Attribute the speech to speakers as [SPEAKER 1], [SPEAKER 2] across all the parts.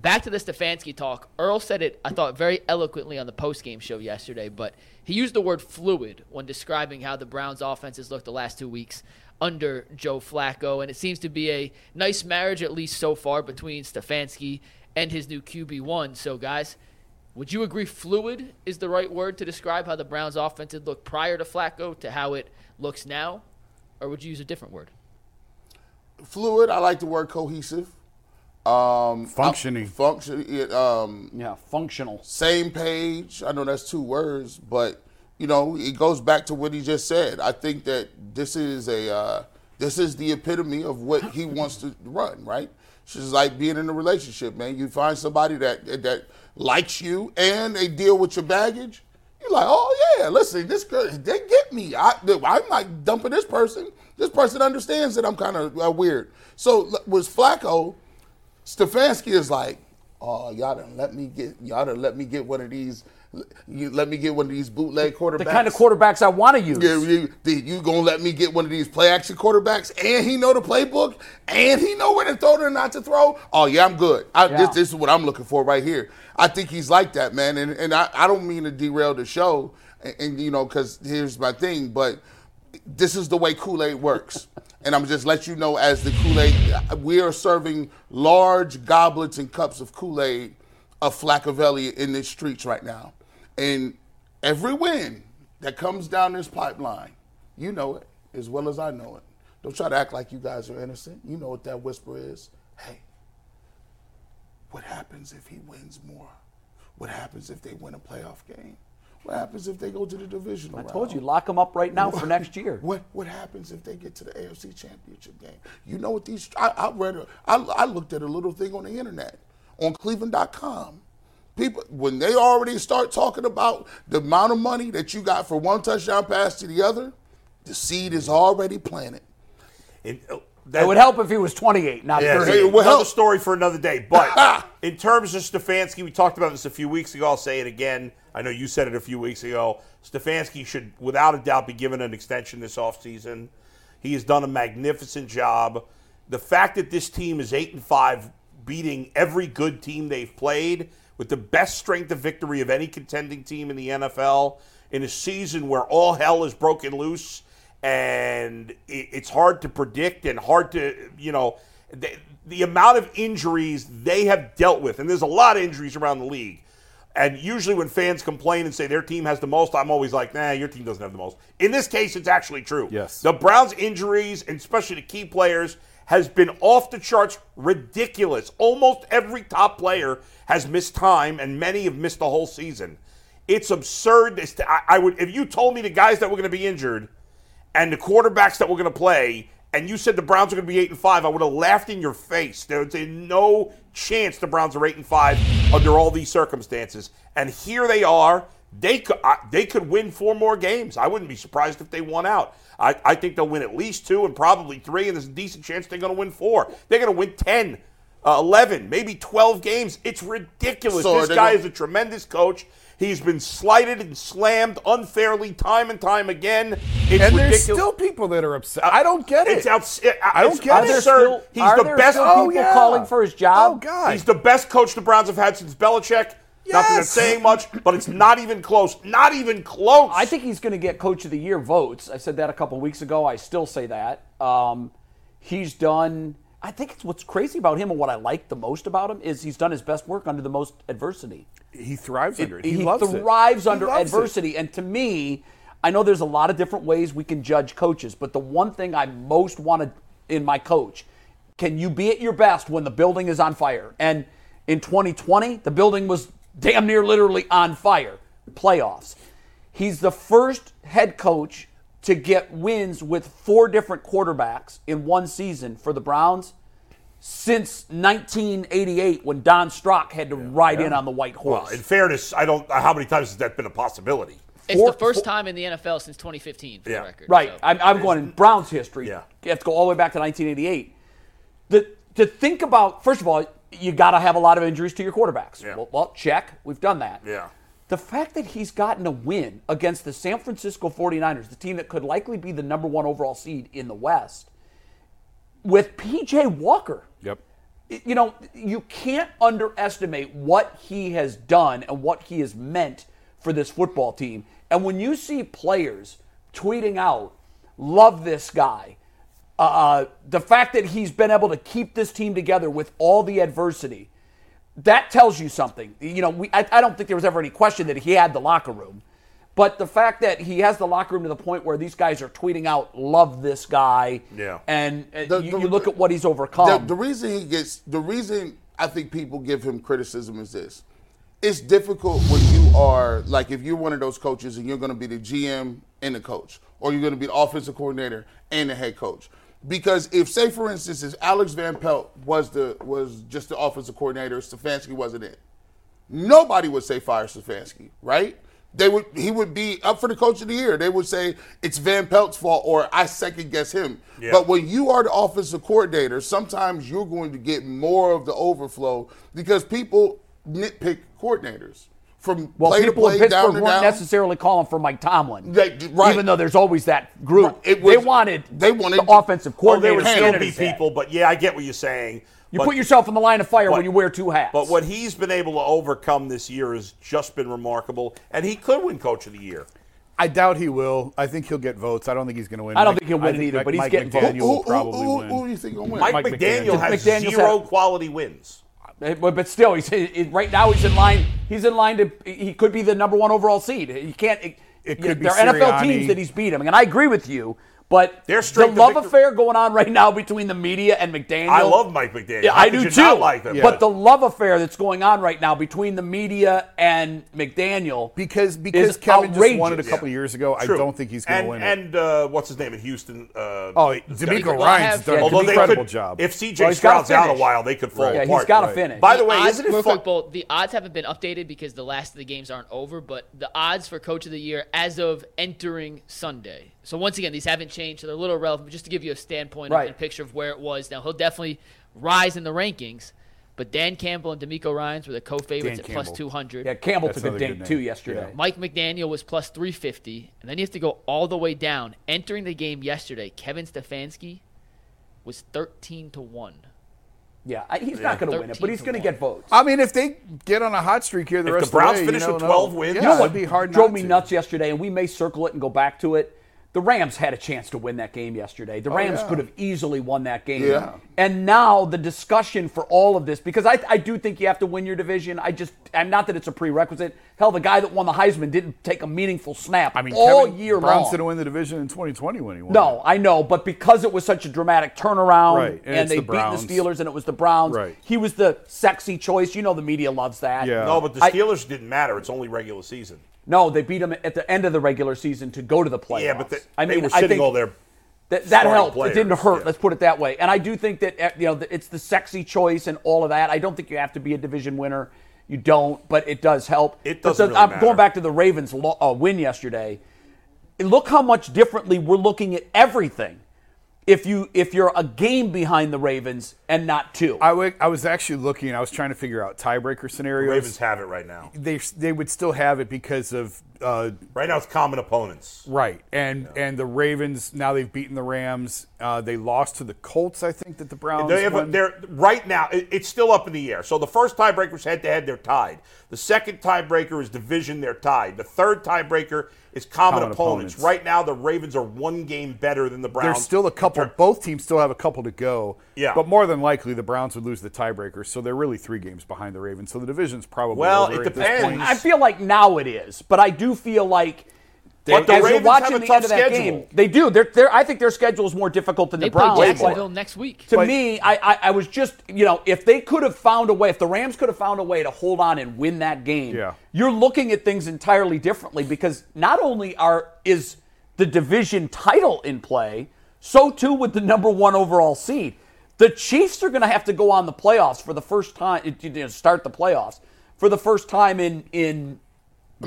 [SPEAKER 1] Back to the Stefanski talk. Earl said it, I thought, very eloquently on the postgame show yesterday, but he used the word fluid when describing how the Browns' offenses looked the last two weeks under Joe Flacco. And it seems to be a nice marriage, at least so far, between Stefanski and his new QB1. So, guys, would you agree fluid is the right word to describe how the Browns' offense had looked prior to Flacco to how it looks now? Or would you use a different word?
[SPEAKER 2] Fluid, I like the word cohesive. Um,
[SPEAKER 3] Functioning.
[SPEAKER 2] function, it, um,
[SPEAKER 3] Yeah, functional.
[SPEAKER 2] same page. I know that's two words, but you know it goes back to what he just said. I think that this is a uh, this is the epitome of what he wants to run. Right? It's just like being in a relationship, man. You find somebody that that likes you and they deal with your baggage. You're like, oh yeah, listen, this girl, they get me. I, I'm not dumping this person. This person understands that I'm kind of uh, weird. So l- was Flacco. Stefanski is like, oh, y'all done let me get, y'all done let me get one of these, you let me get one of these bootleg quarterbacks.
[SPEAKER 3] The kind of quarterbacks I want to use.
[SPEAKER 2] Yeah, you, the- you gonna let me get one of these play action quarterbacks, and he know the playbook, and he know where to throw and not to throw. Oh yeah, I'm good. I,
[SPEAKER 3] Yeah.
[SPEAKER 2] this, this is what I'm looking for right here. I think he's like that, man. And and I, I don't mean to derail the show, and, and you know, because here's my thing, but this is the way Kool Aid works. And I'm just let you know as the Kool Aid, we are serving large goblets and cups of Kool Aid of Flaccavelli in the streets right now. And every win that comes down this pipeline, you know it as well as I know it. Don't try to act like you guys are innocent. You know what that whisper is. Hey, what happens if he wins more? What happens if they win a playoff game? What happens if they go to the divisional
[SPEAKER 3] I
[SPEAKER 2] round?
[SPEAKER 3] told you, lock them up right now for next year.
[SPEAKER 2] What what happens if they get to the AFC Championship game? You know what these I, I read a- I, I looked at a little thing on the internet on Cleveland.com. People when they already start talking about the amount of money that you got for one touchdown pass to the other, the seed is already planted.
[SPEAKER 4] It, uh,
[SPEAKER 3] It
[SPEAKER 4] that,
[SPEAKER 3] would help if he was 28, not
[SPEAKER 4] Yeah,
[SPEAKER 3] 30.
[SPEAKER 2] Hey,
[SPEAKER 4] it's
[SPEAKER 2] well-
[SPEAKER 4] another story for another day. But in terms of Stefanski, we talked about this a few weeks ago. I'll say it again. I know you said it a few weeks ago. Stefanski should, without a doubt, be given an extension this offseason. He has done a magnificent job. The fact that this team is eight and five, beating every good team they've played, with the best strength of victory of any contending team in the NFL, in a season where all hell is broken loose and it, it's hard to predict and hard to you know the, the amount of injuries they have dealt with and there's a lot of injuries around the league and usually when fans complain and say their team has the most i'm always like nah your team doesn't have the most in this case it's actually true
[SPEAKER 3] Yes.
[SPEAKER 4] the browns injuries and especially the key players has been off the charts ridiculous almost every top player has missed time and many have missed the whole season it's absurd It's- I, I would if you told me the guys that were going to be injured and the quarterbacks that we're going to play, and you said the Browns are going to be eight and five, I would have laughed in your face. There's no chance the Browns are eight and five under all these circumstances, and here they are. They could I, they could win four more games. I wouldn't be surprised if they won out. I, I think they'll win at least two and probably three, and there's a decent chance they're going to win four. They're going to win ten. Uh, 11, maybe 12 games. It's ridiculous.
[SPEAKER 2] So are
[SPEAKER 4] this
[SPEAKER 2] they
[SPEAKER 4] guy
[SPEAKER 2] gonna-
[SPEAKER 4] is a a tremendous coach. He's been slighted and slammed unfairly time and time again. It's
[SPEAKER 5] And
[SPEAKER 4] ridiculous.
[SPEAKER 5] there's still people that are upset. I don't get it.
[SPEAKER 4] it's outs- I- I-
[SPEAKER 5] I don't
[SPEAKER 4] it's
[SPEAKER 5] get
[SPEAKER 3] Are
[SPEAKER 5] it.
[SPEAKER 3] there
[SPEAKER 4] absurd.
[SPEAKER 3] still,
[SPEAKER 4] He's
[SPEAKER 3] are
[SPEAKER 4] the
[SPEAKER 3] there
[SPEAKER 4] best-
[SPEAKER 3] still
[SPEAKER 4] Oh,
[SPEAKER 3] people
[SPEAKER 5] yeah.
[SPEAKER 3] calling for his job?
[SPEAKER 5] Oh God.
[SPEAKER 4] He's the best coach the Browns have had since Belichick. Not that that's
[SPEAKER 5] Yes.
[SPEAKER 4] saying much, but it's not even close. Not even close.
[SPEAKER 3] I think he's going to get Coach of the Year votes. I said that a couple weeks ago. I still say that. Um, he's done. I think it's what's crazy about him and what I like the most about him is he's done his best work under the most adversity.
[SPEAKER 5] he thrives under it. He,
[SPEAKER 3] he
[SPEAKER 5] loves it.
[SPEAKER 3] thrives
[SPEAKER 5] He
[SPEAKER 3] under
[SPEAKER 5] loves it.
[SPEAKER 3] adversity. And to me, I know there's a lot of different ways we can judge coaches, but the one thing I most wanted in my coach can you be at your best when the building is on fire? And in 2020, the building was damn near literally on fire. Playoffs. He's the first head coach to get wins with four different quarterbacks in one season for the Browns since 1988 when Don Strock had to ride in on the white
[SPEAKER 4] Well,
[SPEAKER 3] horse.
[SPEAKER 4] Uh, in fairness, I don't. uh, How many times has that been a possibility?
[SPEAKER 1] It's
[SPEAKER 3] Four-
[SPEAKER 1] the first time in the NFL since 2015 for
[SPEAKER 4] Yeah.
[SPEAKER 1] the record.
[SPEAKER 3] Right.
[SPEAKER 1] so.
[SPEAKER 3] I'm, I'm going in Browns history.
[SPEAKER 4] Yeah.
[SPEAKER 3] You have to go all the way back to 1988. The, to think about, first of all, you got to have a lot of injuries to your quarterbacks.
[SPEAKER 4] Yeah.
[SPEAKER 3] Well, well, check. We've done that.
[SPEAKER 4] Yeah.
[SPEAKER 3] The fact that he's gotten a win against the San Francisco 49ers, the team that could likely be the number one overall seed in the West, with PJ Walker.
[SPEAKER 5] Yep.
[SPEAKER 3] You know, you can't underestimate what he has done and what he has meant for this football team. And when you see players tweeting out, love this guy, uh, the fact that he's been able to keep this team together with all the adversity, that tells you something. You know, we, I, I don't think there was ever any question that he had the locker room. But the fact that he has the locker room to the point where these guys are tweeting out, love this guy.
[SPEAKER 4] Yeah.
[SPEAKER 3] And uh,
[SPEAKER 2] The-
[SPEAKER 3] you,
[SPEAKER 2] the-
[SPEAKER 3] you look at what he's overcome.
[SPEAKER 2] The, the reason he gets the reason I think people give him criticism is this. It's difficult when you are like if you're one of those coaches and you're going to be the GM and the coach, or you're going to be the offensive coordinator and the head coach. Because if say for instance, if Alex Van Pelt was the was just the offensive coordinator, Stefanski wasn't it. Nobody would say fire Stefanski, right? They would he would be up for the coach of the year. They would say it's Van Pelt's fault or I second guess him.
[SPEAKER 4] Yeah.
[SPEAKER 2] But when you are the offensive coordinator, sometimes you're going to get more of the overflow because people nitpick coordinators from
[SPEAKER 3] Well,
[SPEAKER 2] play to
[SPEAKER 3] people
[SPEAKER 2] play down
[SPEAKER 3] in Pittsburgh
[SPEAKER 2] to
[SPEAKER 3] weren't
[SPEAKER 2] down.
[SPEAKER 3] necessarily calling for Mike Tomlin,
[SPEAKER 2] They- right.
[SPEAKER 3] even though there's always that group.
[SPEAKER 2] It
[SPEAKER 3] they
[SPEAKER 2] was-
[SPEAKER 3] wanted
[SPEAKER 2] they wanted-
[SPEAKER 3] the offensive
[SPEAKER 4] Well,
[SPEAKER 3] coordinator.
[SPEAKER 4] Oh, there would still be
[SPEAKER 3] candidates at.
[SPEAKER 4] people, but yeah, I get what you're saying.
[SPEAKER 3] You
[SPEAKER 4] but-
[SPEAKER 3] put yourself in the line of fire when you wear two hats.
[SPEAKER 4] But what he's been able to overcome this year has just been remarkable, and he could win Coach of the Year.
[SPEAKER 5] I doubt he will. I think he'll get votes. I don't think he's going to win.
[SPEAKER 3] I don't think he'll win it either,
[SPEAKER 5] Mike-
[SPEAKER 3] but he's
[SPEAKER 5] Mike
[SPEAKER 3] getting
[SPEAKER 5] McDaniel
[SPEAKER 3] votes.
[SPEAKER 5] will
[SPEAKER 2] who,
[SPEAKER 5] probably
[SPEAKER 2] who-
[SPEAKER 5] win.
[SPEAKER 2] who do you think will win?
[SPEAKER 4] Mike,
[SPEAKER 5] Mike
[SPEAKER 4] McDaniel,
[SPEAKER 5] McDaniel.
[SPEAKER 4] has
[SPEAKER 3] McDaniel's
[SPEAKER 4] zero
[SPEAKER 3] had-
[SPEAKER 4] quality wins.
[SPEAKER 3] Eh, but, but still, he's he- he- right now he's in line. He's in line to. He could be the number one overall seed. He can't. It,
[SPEAKER 5] It could be
[SPEAKER 3] there are NFL
[SPEAKER 5] Sirianni.
[SPEAKER 3] teams that he's beat. I mean, and I agree with you. But
[SPEAKER 4] Their
[SPEAKER 3] the
[SPEAKER 4] strength of
[SPEAKER 3] love
[SPEAKER 4] victor-
[SPEAKER 3] affair going on right now between the media and McDaniel.
[SPEAKER 4] I love Mike McDaniel.
[SPEAKER 3] Yeah,
[SPEAKER 4] How
[SPEAKER 3] I
[SPEAKER 4] could
[SPEAKER 3] do
[SPEAKER 4] you
[SPEAKER 3] too.
[SPEAKER 4] not like him?
[SPEAKER 3] But the love affair that's going on right now between the media and McDaniel
[SPEAKER 5] because
[SPEAKER 3] is
[SPEAKER 5] because Kevin
[SPEAKER 3] outrageous.
[SPEAKER 5] just won it a couple years ago. I
[SPEAKER 4] True.
[SPEAKER 5] don't think he's going
[SPEAKER 4] And-
[SPEAKER 5] to win it.
[SPEAKER 4] And uh, what's his name in Houston? Uh,
[SPEAKER 5] Oh, D'Amico
[SPEAKER 1] Well, I have-
[SPEAKER 5] Ryan's done
[SPEAKER 3] yeah,
[SPEAKER 5] an
[SPEAKER 4] although
[SPEAKER 3] D'Amico-
[SPEAKER 4] they
[SPEAKER 5] incredible
[SPEAKER 4] could,
[SPEAKER 5] job.
[SPEAKER 4] if CJ
[SPEAKER 3] Well, he's gotta
[SPEAKER 4] Stroud's out a
[SPEAKER 3] finish.
[SPEAKER 4] while, they could fall
[SPEAKER 3] Yeah,
[SPEAKER 4] apart.
[SPEAKER 3] he's got to
[SPEAKER 5] right.
[SPEAKER 3] finish.
[SPEAKER 4] By the way,
[SPEAKER 1] odds,
[SPEAKER 4] isn't it
[SPEAKER 1] real
[SPEAKER 4] fun?
[SPEAKER 1] quick, Bo, the odds haven't been updated because the last of the games aren't over, but the odds for Coach of the Year as of entering Sunday. So once again, these haven't changed, so they're a little irrelevant. But just to give you a standpoint
[SPEAKER 3] Right.
[SPEAKER 1] and picture of where it was, now he'll definitely rise in the rankings. But Dan Campbell and D'Amico Ryan's were the co-favorites
[SPEAKER 5] Dan
[SPEAKER 1] at plus
[SPEAKER 5] Campbell.
[SPEAKER 1] two hundred.
[SPEAKER 3] yeah, Campbell
[SPEAKER 5] That's
[SPEAKER 3] took a
[SPEAKER 5] another good
[SPEAKER 3] dink
[SPEAKER 5] name.
[SPEAKER 3] too yesterday.
[SPEAKER 1] Mike McDaniel was plus 350, and then you have to go all the way down. Entering the game yesterday, Kevin Stefanski was 13 to 1.
[SPEAKER 3] Yeah, I- he's not going to win it, but
[SPEAKER 1] 13
[SPEAKER 3] he's
[SPEAKER 1] to
[SPEAKER 3] going to
[SPEAKER 1] one.
[SPEAKER 3] get votes.
[SPEAKER 5] I mean, if they get on a hot streak here, the
[SPEAKER 4] If
[SPEAKER 5] rest
[SPEAKER 4] the Browns
[SPEAKER 5] of the way,
[SPEAKER 4] finish
[SPEAKER 5] you know,
[SPEAKER 4] with
[SPEAKER 5] no-
[SPEAKER 4] 12 wins,
[SPEAKER 5] yeah,
[SPEAKER 4] You know
[SPEAKER 5] it'd be hard.
[SPEAKER 3] drove
[SPEAKER 5] not
[SPEAKER 3] me
[SPEAKER 5] to.
[SPEAKER 3] nuts yesterday, and we may circle it and go back to it. The Rams had a chance to win that game yesterday. The Rams
[SPEAKER 5] Oh, yeah.
[SPEAKER 3] could have easily won that game.
[SPEAKER 2] Yeah.
[SPEAKER 3] And now the discussion for all of this, because I, I do think you have to win your division. I just, I'm not that it's a prerequisite. Hell, the guy that won the Heisman didn't take a meaningful snap
[SPEAKER 5] I mean,
[SPEAKER 3] all
[SPEAKER 5] Kevin
[SPEAKER 3] year
[SPEAKER 5] Brown's
[SPEAKER 3] long.
[SPEAKER 5] didn't win the division in 2020 when he won.
[SPEAKER 3] No, I know, but because it was such a dramatic turnaround,
[SPEAKER 5] Right,
[SPEAKER 3] and,
[SPEAKER 5] and it's
[SPEAKER 3] they
[SPEAKER 5] the
[SPEAKER 3] beat the
[SPEAKER 5] Browns.
[SPEAKER 3] Steelers, and it was the Browns.
[SPEAKER 5] Right.
[SPEAKER 3] He was the sexy choice. You know, the media loves that.
[SPEAKER 5] Yeah.
[SPEAKER 4] No, but the
[SPEAKER 3] I-
[SPEAKER 4] Steelers didn't matter. It's only regular season.
[SPEAKER 3] No, they beat him at the end of the regular season to go to the playoffs.
[SPEAKER 4] Yeah, but they,
[SPEAKER 3] I mean,
[SPEAKER 4] they were
[SPEAKER 3] I
[SPEAKER 4] sitting
[SPEAKER 3] think
[SPEAKER 4] all there.
[SPEAKER 3] that, that
[SPEAKER 4] starting
[SPEAKER 3] helped.
[SPEAKER 4] players,
[SPEAKER 3] It didn't hurt.
[SPEAKER 4] yeah.
[SPEAKER 3] Let's put it that way. And I do think that eh, you know that it's the sexy choice and all of that. I don't think you have to be a division winner. You don't, but it does help.
[SPEAKER 4] It
[SPEAKER 3] But
[SPEAKER 4] doesn't
[SPEAKER 3] the-
[SPEAKER 4] really
[SPEAKER 3] I'm
[SPEAKER 4] matter.
[SPEAKER 3] going back to the Ravens' lo- uh, win yesterday. Look how much differently we're looking at everything. If you if you're a game behind the Ravens and not two,
[SPEAKER 5] I wa- I was actually looking. I was trying to figure out tiebreaker scenarios.
[SPEAKER 4] Ravens have it right now.
[SPEAKER 5] they they would still have it because of uh,
[SPEAKER 4] Right now, it's common opponents.
[SPEAKER 5] right and and the Ravens now they've beaten the Rams. Uh, they lost to the Colts. I think that the Browns.
[SPEAKER 4] They have a,
[SPEAKER 5] won.
[SPEAKER 4] they're right now. it- it's still up in the air. So the first tiebreaker's head to head. They're tied. The second tiebreaker is division. They're tied. The third tiebreaker is common,
[SPEAKER 5] Common
[SPEAKER 4] opponents.
[SPEAKER 5] opponents.
[SPEAKER 4] Right now, the Ravens are one game better than the Browns.
[SPEAKER 5] There's still a couple. Both teams still have a couple to go.
[SPEAKER 4] Yeah.
[SPEAKER 5] But more than likely, the Browns would lose the tiebreaker. So they're really three games behind the Ravens. So the division's probably
[SPEAKER 4] Well,
[SPEAKER 5] over
[SPEAKER 4] it
[SPEAKER 5] at this point.
[SPEAKER 4] depends.
[SPEAKER 3] I feel like now it is, but I do feel like.
[SPEAKER 4] But the
[SPEAKER 3] as you're
[SPEAKER 4] Ravens
[SPEAKER 3] watching
[SPEAKER 4] have a
[SPEAKER 3] the
[SPEAKER 4] tough
[SPEAKER 3] end of that
[SPEAKER 4] schedule.
[SPEAKER 3] game, they do. They're, they're, I think their schedule is more difficult than
[SPEAKER 1] They
[SPEAKER 3] the
[SPEAKER 1] play
[SPEAKER 3] Browns.
[SPEAKER 1] Jacksonville next week.
[SPEAKER 3] to me, I, I, I was just, you know, if they could have found a way, if the Rams could have found a way to hold on and win that game,
[SPEAKER 5] Yeah.
[SPEAKER 3] you're looking at things entirely differently because not only are is the division title in play, so too with the number one overall seed. The Chiefs are going to have to go on the playoffs for the first time you know, start the playoffs for the first time in in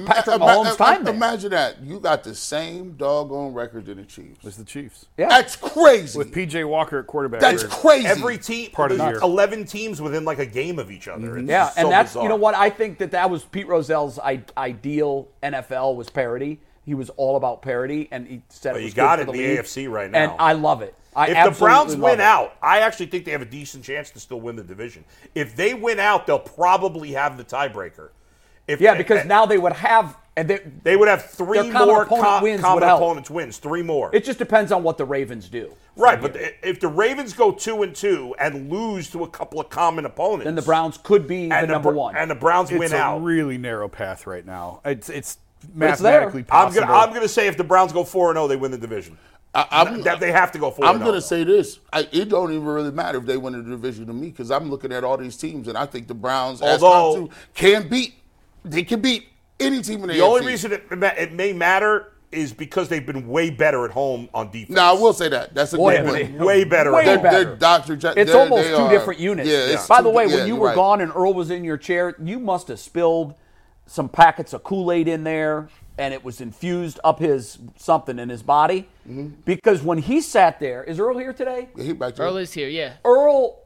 [SPEAKER 3] Patrick
[SPEAKER 2] Ima-
[SPEAKER 3] Mahomes'
[SPEAKER 2] ima-
[SPEAKER 3] time. there.
[SPEAKER 2] Imagine that. You got the same doggone record as the Chiefs.
[SPEAKER 5] It's the Chiefs.
[SPEAKER 2] That's crazy.
[SPEAKER 5] With PJ Walker at quarterback.
[SPEAKER 2] That's
[SPEAKER 5] or-
[SPEAKER 2] crazy.
[SPEAKER 4] Every team,
[SPEAKER 5] Part of the
[SPEAKER 4] there's
[SPEAKER 5] year.
[SPEAKER 4] eleven teams within like a game of each other. It's
[SPEAKER 3] Yeah,
[SPEAKER 4] just
[SPEAKER 3] Uh, and
[SPEAKER 4] so
[SPEAKER 3] that's
[SPEAKER 4] bizarre.
[SPEAKER 3] you know what I think that that was Pete Rozell's I- ideal NFL was parity. He was all about parity, and he said
[SPEAKER 4] Well,
[SPEAKER 3] it
[SPEAKER 4] you
[SPEAKER 3] was
[SPEAKER 4] got
[SPEAKER 3] good
[SPEAKER 4] it
[SPEAKER 3] for
[SPEAKER 4] in
[SPEAKER 3] the
[SPEAKER 4] the
[SPEAKER 3] league.
[SPEAKER 4] AFC right
[SPEAKER 3] And
[SPEAKER 4] now.
[SPEAKER 3] I love it. I
[SPEAKER 4] If the
[SPEAKER 3] absolutely
[SPEAKER 4] Browns
[SPEAKER 3] love
[SPEAKER 4] win
[SPEAKER 3] it.
[SPEAKER 4] out, I actually think they have a decent chance to still win the division. If they win out, they'll probably have the tiebreaker. If
[SPEAKER 3] yeah, because now they would have, and they,
[SPEAKER 4] they would have three
[SPEAKER 3] their common
[SPEAKER 4] more
[SPEAKER 3] opponent
[SPEAKER 4] com-
[SPEAKER 3] wins would
[SPEAKER 4] common
[SPEAKER 3] help.
[SPEAKER 4] opponents wins, three more.
[SPEAKER 3] it just depends on what the Ravens do.
[SPEAKER 4] right, but i- if the Ravens go two and two and lose to a couple of common opponents,
[SPEAKER 3] Then the Browns could be the
[SPEAKER 4] and
[SPEAKER 3] number
[SPEAKER 4] Br-
[SPEAKER 3] one.
[SPEAKER 4] and the Browns
[SPEAKER 5] It's
[SPEAKER 4] win
[SPEAKER 5] a
[SPEAKER 4] out.
[SPEAKER 5] really narrow path right now. It's it's
[SPEAKER 3] it's there.
[SPEAKER 5] mathematically
[SPEAKER 4] I'm
[SPEAKER 5] possible.
[SPEAKER 4] gonna I'm gonna say if the Browns go four and zero, they win the division.
[SPEAKER 2] I, I'm,
[SPEAKER 4] That they have to go four. oh,
[SPEAKER 2] I'm going to say this. I, it don't even really matter if they win the division to me because I'm looking at all these teams and I think the Browns, as
[SPEAKER 4] Although-
[SPEAKER 2] top two, can beat. They can beat any team in the,
[SPEAKER 4] the only
[SPEAKER 2] AFC.
[SPEAKER 4] reason it, ma- it may matter is because they've been way better at home on defense.
[SPEAKER 2] No, I will say that. That's a good
[SPEAKER 3] Boy, have
[SPEAKER 2] point.
[SPEAKER 3] they-
[SPEAKER 4] way better.
[SPEAKER 3] Way
[SPEAKER 4] at home.
[SPEAKER 3] better.
[SPEAKER 2] They're Dr. J-
[SPEAKER 3] it's
[SPEAKER 2] they're-
[SPEAKER 3] almost
[SPEAKER 2] they
[SPEAKER 3] two
[SPEAKER 2] are-
[SPEAKER 3] different units.
[SPEAKER 2] Yeah, it's
[SPEAKER 3] By
[SPEAKER 2] two
[SPEAKER 3] the way,
[SPEAKER 2] di- yeah,
[SPEAKER 3] when you
[SPEAKER 2] you're
[SPEAKER 3] were
[SPEAKER 2] right.
[SPEAKER 3] gone and Earl was in your chair, you must have spilled some packets of Kool Aid in there, and it was infused up his something in his body.
[SPEAKER 2] Mm-hmm.
[SPEAKER 3] Because when he sat there, is Earl here today?
[SPEAKER 2] Yeah, he back to
[SPEAKER 1] Earl is here, yeah.
[SPEAKER 3] Earl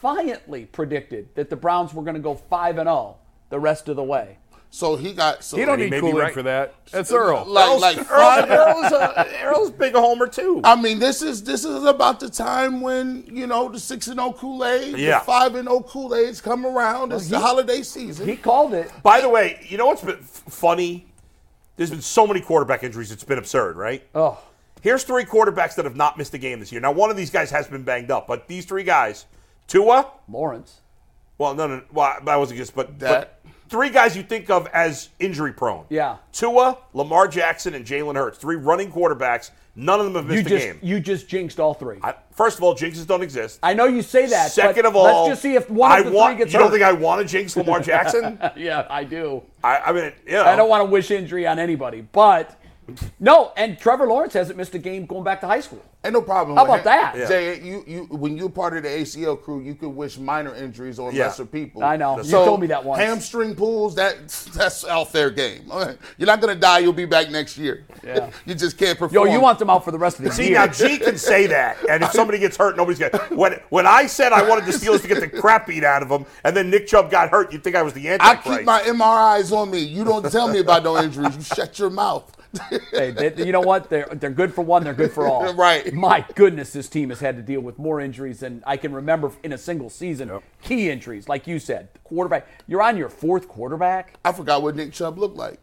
[SPEAKER 3] defiantly predicted that the Browns were going to go five and zero the rest of the way.
[SPEAKER 2] So he got. So
[SPEAKER 5] You don't
[SPEAKER 2] he
[SPEAKER 5] need
[SPEAKER 2] made-
[SPEAKER 5] Kool-Aid for that. That's Earl.
[SPEAKER 2] Like, like
[SPEAKER 4] Earl,
[SPEAKER 2] five,
[SPEAKER 4] Earl's, a, Earl's big homer too.
[SPEAKER 2] I mean, this is this is about the time when you know the six and zero Kool Aid,
[SPEAKER 4] Yeah.
[SPEAKER 2] the five and zero Kool Aids come around. It's the holiday season.
[SPEAKER 3] He called it.
[SPEAKER 4] By the way, you know what's been f- funny? There's been so many quarterback injuries. It's been absurd, right?
[SPEAKER 3] Oh,
[SPEAKER 4] Here's three quarterbacks that have not missed a game this year. Now, one of these guys has been banged up, but these three guys, Tua,
[SPEAKER 3] Lawrence.
[SPEAKER 4] well, no, no, no, well, I wasn't just, but,
[SPEAKER 2] That-
[SPEAKER 4] but three guys you think of as injury prone.
[SPEAKER 3] Yeah.
[SPEAKER 4] Tua, Lamar Jackson, and Jalen Hurts. Three running quarterbacks. None of them have
[SPEAKER 3] You
[SPEAKER 4] missed a
[SPEAKER 3] just
[SPEAKER 4] game.
[SPEAKER 3] you just jinxed all three. I,
[SPEAKER 4] I- first of all, jinxes don't exist.
[SPEAKER 3] know you say that. but
[SPEAKER 4] Second of all,
[SPEAKER 3] let's just see if one
[SPEAKER 4] I
[SPEAKER 3] of the
[SPEAKER 4] want,
[SPEAKER 3] three gets
[SPEAKER 4] You
[SPEAKER 3] hurt.
[SPEAKER 4] don't think I want to jinx Lamar Jackson?
[SPEAKER 3] yeah, I do.
[SPEAKER 4] I, I mean, yeah.
[SPEAKER 3] I don't want to wish injury on anybody, but no. And Trevor Lawrence hasn't missed a game going back to high school.
[SPEAKER 2] Ain't no problem.
[SPEAKER 3] How
[SPEAKER 2] with
[SPEAKER 3] about that? Yeah.
[SPEAKER 2] Jay, you, you, when you're part of the ACL crew, you can wish minor injuries on
[SPEAKER 4] Yeah.
[SPEAKER 2] lesser people.
[SPEAKER 3] I know. You told me that once.
[SPEAKER 2] Hamstring pulls, that that's out there game. All right. You're not gonna die. You'll be back next year.
[SPEAKER 3] Yeah.
[SPEAKER 2] you just can't
[SPEAKER 3] Yo,
[SPEAKER 2] perform.
[SPEAKER 3] you want them out for the rest of the
[SPEAKER 4] See
[SPEAKER 3] year?
[SPEAKER 4] now, G can say that, and if somebody gets hurt, nobody's going. When when I said I wanted the Steelers to get the crap beat out of them, and then Nick Chubb got hurt, you'd think I was the
[SPEAKER 2] I
[SPEAKER 4] antichrist.
[SPEAKER 2] keep my MRIs on me. You don't tell me about no injuries. You shut your mouth.
[SPEAKER 3] Hey, they- you know what? They're they're good for one. They're good for all.
[SPEAKER 2] Right.
[SPEAKER 3] My goodness, this team has had to deal with more injuries than I can remember in a single season. Key injuries, like you said, quarterback. You're on your fourth quarterback.
[SPEAKER 2] I forgot what Nick Chubb looked like.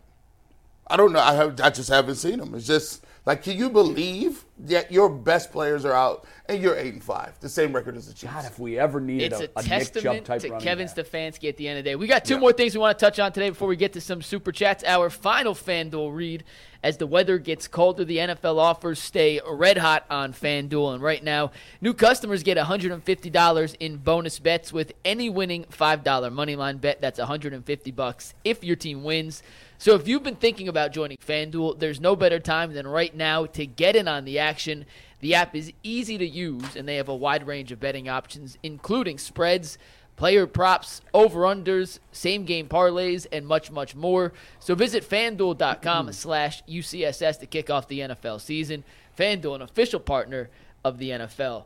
[SPEAKER 2] I don't know. I have. I just haven't seen him. It's just like, can you believe that your best players are out and you're eight and five, the same record as the Chiefs?
[SPEAKER 3] God, if we ever needed
[SPEAKER 1] It's a,
[SPEAKER 3] a, a Nick Chubb
[SPEAKER 1] testament
[SPEAKER 3] type
[SPEAKER 1] to
[SPEAKER 3] running
[SPEAKER 1] Kevin
[SPEAKER 3] back.
[SPEAKER 1] Stefanski at the end of the day. We got two more things we want to touch on today before we get to some super chats. Our final FanDuel read as the weather gets colder, the NFL offers stay red hot on FanDuel. And right now, new customers get $150 in bonus bets with any winning $5 moneyline bet. That's 150 bucks if your team wins. So if you've been thinking about joining FanDuel, there's no better time than right now to get in on the action. The app is easy to use, and they have a wide range of betting options, including spreads, player props, over/unders, same-game parlays, and much, much more. So visit FanDuel.com/UCSS to kick off the NFL season. FanDuel, an official partner of the NFL.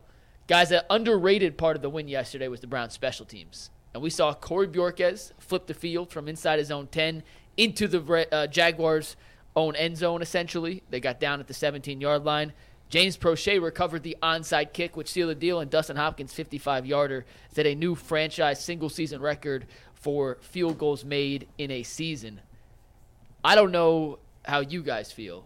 [SPEAKER 1] Guys, an underrated part of the win yesterday was the Browns special teams. And we saw Corey Bjorkes flip the field from inside his own 10 into the Re- uh, Jaguars' own end zone, essentially. They got down at the 17 yard line. James Prochet recovered the onside kick, which sealed the deal, and Dustin Hopkins' 55 yarder set a new franchise single season record for field goals made in a season. I don't know how you guys feel.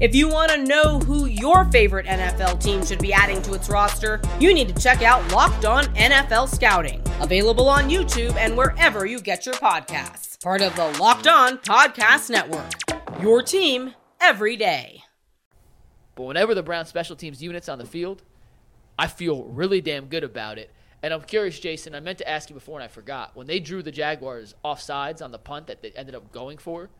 [SPEAKER 6] If you want to know who your favorite NFL team should be adding to its roster, you need to check out Locked On NFL Scouting, available on YouTube and wherever you get your podcasts. Part of the Locked On Podcast Network. Your team every day.
[SPEAKER 1] But whenever the Browns special teams units on the field, I feel really damn good about it. And I'm curious, Jason. I meant to ask you before, and I forgot. When they drew the Jaguars offsides on the punt that they ended up going for,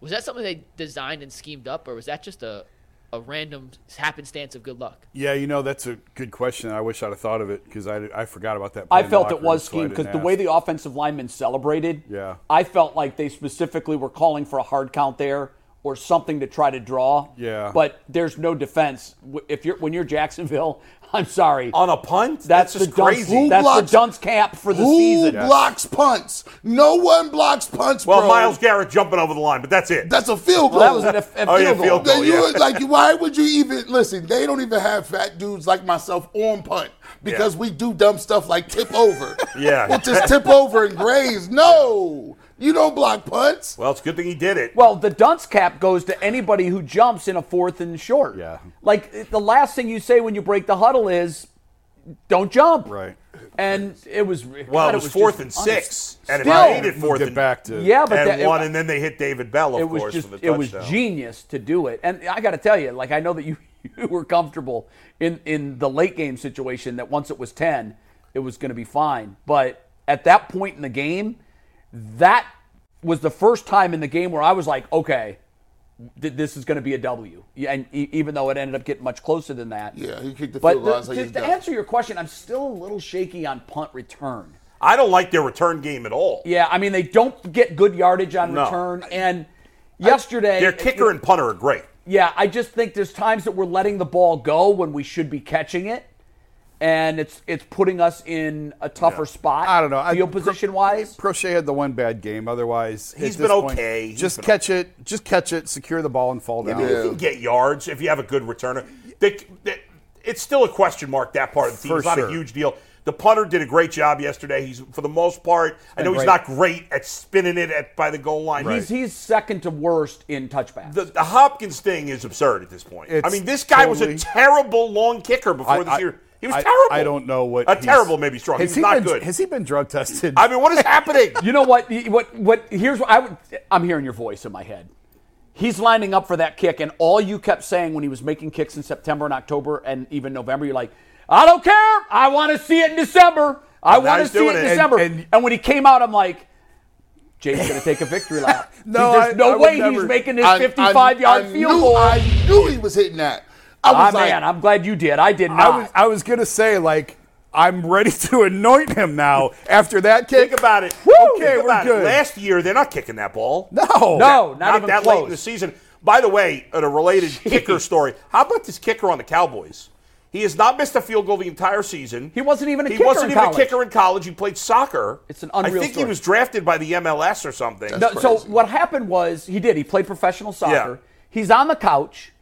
[SPEAKER 1] was that something they designed and schemed up, or was that just a, a random happenstance of good luck?
[SPEAKER 5] Yeah, you know that's a good question. I wish I'd have thought of it because I, I forgot about that.
[SPEAKER 3] I
[SPEAKER 5] play in
[SPEAKER 3] felt
[SPEAKER 5] the
[SPEAKER 3] it
[SPEAKER 5] locker
[SPEAKER 3] was
[SPEAKER 5] room, so I
[SPEAKER 3] scheme because
[SPEAKER 5] didn't
[SPEAKER 3] the way
[SPEAKER 5] ask.
[SPEAKER 3] the offensive linemen celebrated,
[SPEAKER 5] Yeah.
[SPEAKER 3] I felt like they specifically were calling for a hard count there or something to try to draw.
[SPEAKER 5] Yeah.
[SPEAKER 3] But there's no defense W- if you're when you're Jacksonville. I'm sorry.
[SPEAKER 4] on a punt.
[SPEAKER 3] that's
[SPEAKER 4] That's,
[SPEAKER 3] the
[SPEAKER 4] just
[SPEAKER 3] dunce,
[SPEAKER 4] crazy.
[SPEAKER 3] That's
[SPEAKER 2] blocks-
[SPEAKER 3] the dunce camp for the
[SPEAKER 2] Who
[SPEAKER 3] season.
[SPEAKER 2] blocks punts? No one blocks punts,
[SPEAKER 4] well,
[SPEAKER 2] bro.
[SPEAKER 4] Miles Garrett jumping over the line, but that's it.
[SPEAKER 2] That's a field goal.
[SPEAKER 3] Well, that was an eff- eff-
[SPEAKER 4] Oh, yeah,
[SPEAKER 3] field goal.
[SPEAKER 4] field goal.
[SPEAKER 2] Then you
[SPEAKER 4] yeah.
[SPEAKER 2] would, like, why would you even listen? They don't even have fat dudes like myself on punt because
[SPEAKER 4] Yeah.
[SPEAKER 2] we do dumb stuff like tip over.
[SPEAKER 4] Yeah.
[SPEAKER 2] we'll just tip over and graze. No, you don't block punts.
[SPEAKER 4] well, it's a good thing he did it.
[SPEAKER 3] Well, the dunce cap goes to anybody who jumps in a fourth and short.
[SPEAKER 5] Yeah.
[SPEAKER 3] Like it- the last thing you say when you break the huddle is, "Don't jump."
[SPEAKER 5] Right.
[SPEAKER 3] And it was.
[SPEAKER 4] Well,
[SPEAKER 3] God,
[SPEAKER 4] it was, fourth
[SPEAKER 3] just
[SPEAKER 4] and six, and it
[SPEAKER 3] Still-
[SPEAKER 4] made it fourth
[SPEAKER 5] Moved it
[SPEAKER 4] and
[SPEAKER 5] back to
[SPEAKER 3] Yeah, but
[SPEAKER 4] and
[SPEAKER 3] that, it-
[SPEAKER 4] one, and then they hit David Bell, of
[SPEAKER 3] it was
[SPEAKER 4] course,
[SPEAKER 3] just
[SPEAKER 4] for the
[SPEAKER 3] it was
[SPEAKER 4] touchdown.
[SPEAKER 3] genius to do it and i got to tell you like i know that you, you were comfortable in in the late game situation that once it was 10 it was going to be fine but at that point in the game that was the first time in the game where i was like okay th- this is going to be a w Yeah, and e- even though it ended up getting much closer than that
[SPEAKER 2] Yeah, he kicked the
[SPEAKER 3] but
[SPEAKER 2] field goal. I
[SPEAKER 3] the-
[SPEAKER 2] was like,
[SPEAKER 3] to,
[SPEAKER 2] he's
[SPEAKER 3] to
[SPEAKER 2] done.
[SPEAKER 3] answer your question i'm still a little shaky on punt return
[SPEAKER 4] I don't like their return game at all.
[SPEAKER 3] yeah i mean they don't get good yardage on
[SPEAKER 4] No.
[SPEAKER 3] return and yesterday
[SPEAKER 4] Their kicker and punter are great.
[SPEAKER 3] Yeah, I just think there's times that we're letting the ball go when we should be catching it, and it's it's putting us in a tougher spot.
[SPEAKER 5] I don't know. I-
[SPEAKER 3] Field position wise,
[SPEAKER 5] Crochet had the one bad game. Otherwise,
[SPEAKER 4] He's
[SPEAKER 5] he's
[SPEAKER 4] been okay. He's
[SPEAKER 5] just
[SPEAKER 4] been
[SPEAKER 5] catch it. Just catch it. Secure the ball and fall down.
[SPEAKER 4] You can get yards if you have a good returner. They, they- it's still a question mark that part of the team.
[SPEAKER 5] For
[SPEAKER 4] it's not
[SPEAKER 5] sure.
[SPEAKER 4] a huge deal. The punter did a great job yesterday. He's for the most part. I know he's
[SPEAKER 5] great.
[SPEAKER 4] not great at spinning it at by the goal line.
[SPEAKER 3] he's he's second to worst in touchbacks.
[SPEAKER 4] the, the Hopkins thing is absurd at this point. I
[SPEAKER 5] It's
[SPEAKER 4] mean, this guy
[SPEAKER 5] totally-
[SPEAKER 4] was a terrible long kicker before
[SPEAKER 5] I-
[SPEAKER 4] this
[SPEAKER 5] I-
[SPEAKER 4] year. He was
[SPEAKER 5] I-
[SPEAKER 4] terrible.
[SPEAKER 5] I don't know what.
[SPEAKER 4] a
[SPEAKER 5] he's-
[SPEAKER 4] terrible maybe strong.
[SPEAKER 5] Has
[SPEAKER 4] He's not
[SPEAKER 5] been-
[SPEAKER 4] good.
[SPEAKER 5] Has he been drug tested?
[SPEAKER 4] I mean, what is happening?
[SPEAKER 3] you know what? What what? Here's what I would. I'm hearing your voice in my head. He's lining up for that kick, and all you kept saying when he was making kicks in September and October and even November, you're like, I don't care. I want to see it in December. I
[SPEAKER 4] And now
[SPEAKER 3] want to
[SPEAKER 4] he's
[SPEAKER 3] see it
[SPEAKER 4] doing
[SPEAKER 3] in
[SPEAKER 4] it.
[SPEAKER 3] December.
[SPEAKER 5] And-
[SPEAKER 3] And,
[SPEAKER 5] and-
[SPEAKER 3] when he came out, I'm like, Jay's going to take a victory lap.
[SPEAKER 5] No,
[SPEAKER 3] there's
[SPEAKER 5] I-
[SPEAKER 3] no
[SPEAKER 5] I would
[SPEAKER 3] way
[SPEAKER 5] never-
[SPEAKER 3] he's making his
[SPEAKER 2] I-
[SPEAKER 3] 55 yard
[SPEAKER 2] I
[SPEAKER 3] field
[SPEAKER 2] knew-
[SPEAKER 3] goal.
[SPEAKER 2] I knew he was hitting that. I was
[SPEAKER 3] Ah,
[SPEAKER 2] like,
[SPEAKER 3] man, I'm glad you did. I did not.
[SPEAKER 5] I was, I was gonna say like I'm ready to anoint him now after that kick.
[SPEAKER 4] Think about it.
[SPEAKER 5] Woo!
[SPEAKER 4] Think
[SPEAKER 5] Okay, we're
[SPEAKER 4] about it.
[SPEAKER 5] good.
[SPEAKER 4] Last year, they're not kicking that ball.
[SPEAKER 5] No,
[SPEAKER 3] no, not, even
[SPEAKER 4] that
[SPEAKER 3] close.
[SPEAKER 4] late in the season. By the way, at a related kicker story, how about this kicker on the Cowboys? He has not missed a field goal the entire season.
[SPEAKER 3] He wasn't even a
[SPEAKER 4] he
[SPEAKER 3] kicker
[SPEAKER 4] wasn't
[SPEAKER 3] in
[SPEAKER 4] even
[SPEAKER 3] college.
[SPEAKER 4] a kicker in college. He played soccer.
[SPEAKER 3] It's an unreal
[SPEAKER 4] I think
[SPEAKER 3] story.
[SPEAKER 4] he was drafted by the MLS or something.
[SPEAKER 3] No, so
[SPEAKER 2] crazy.
[SPEAKER 3] what happened was he did. He played professional soccer.
[SPEAKER 4] Yeah.
[SPEAKER 3] He's on the couch,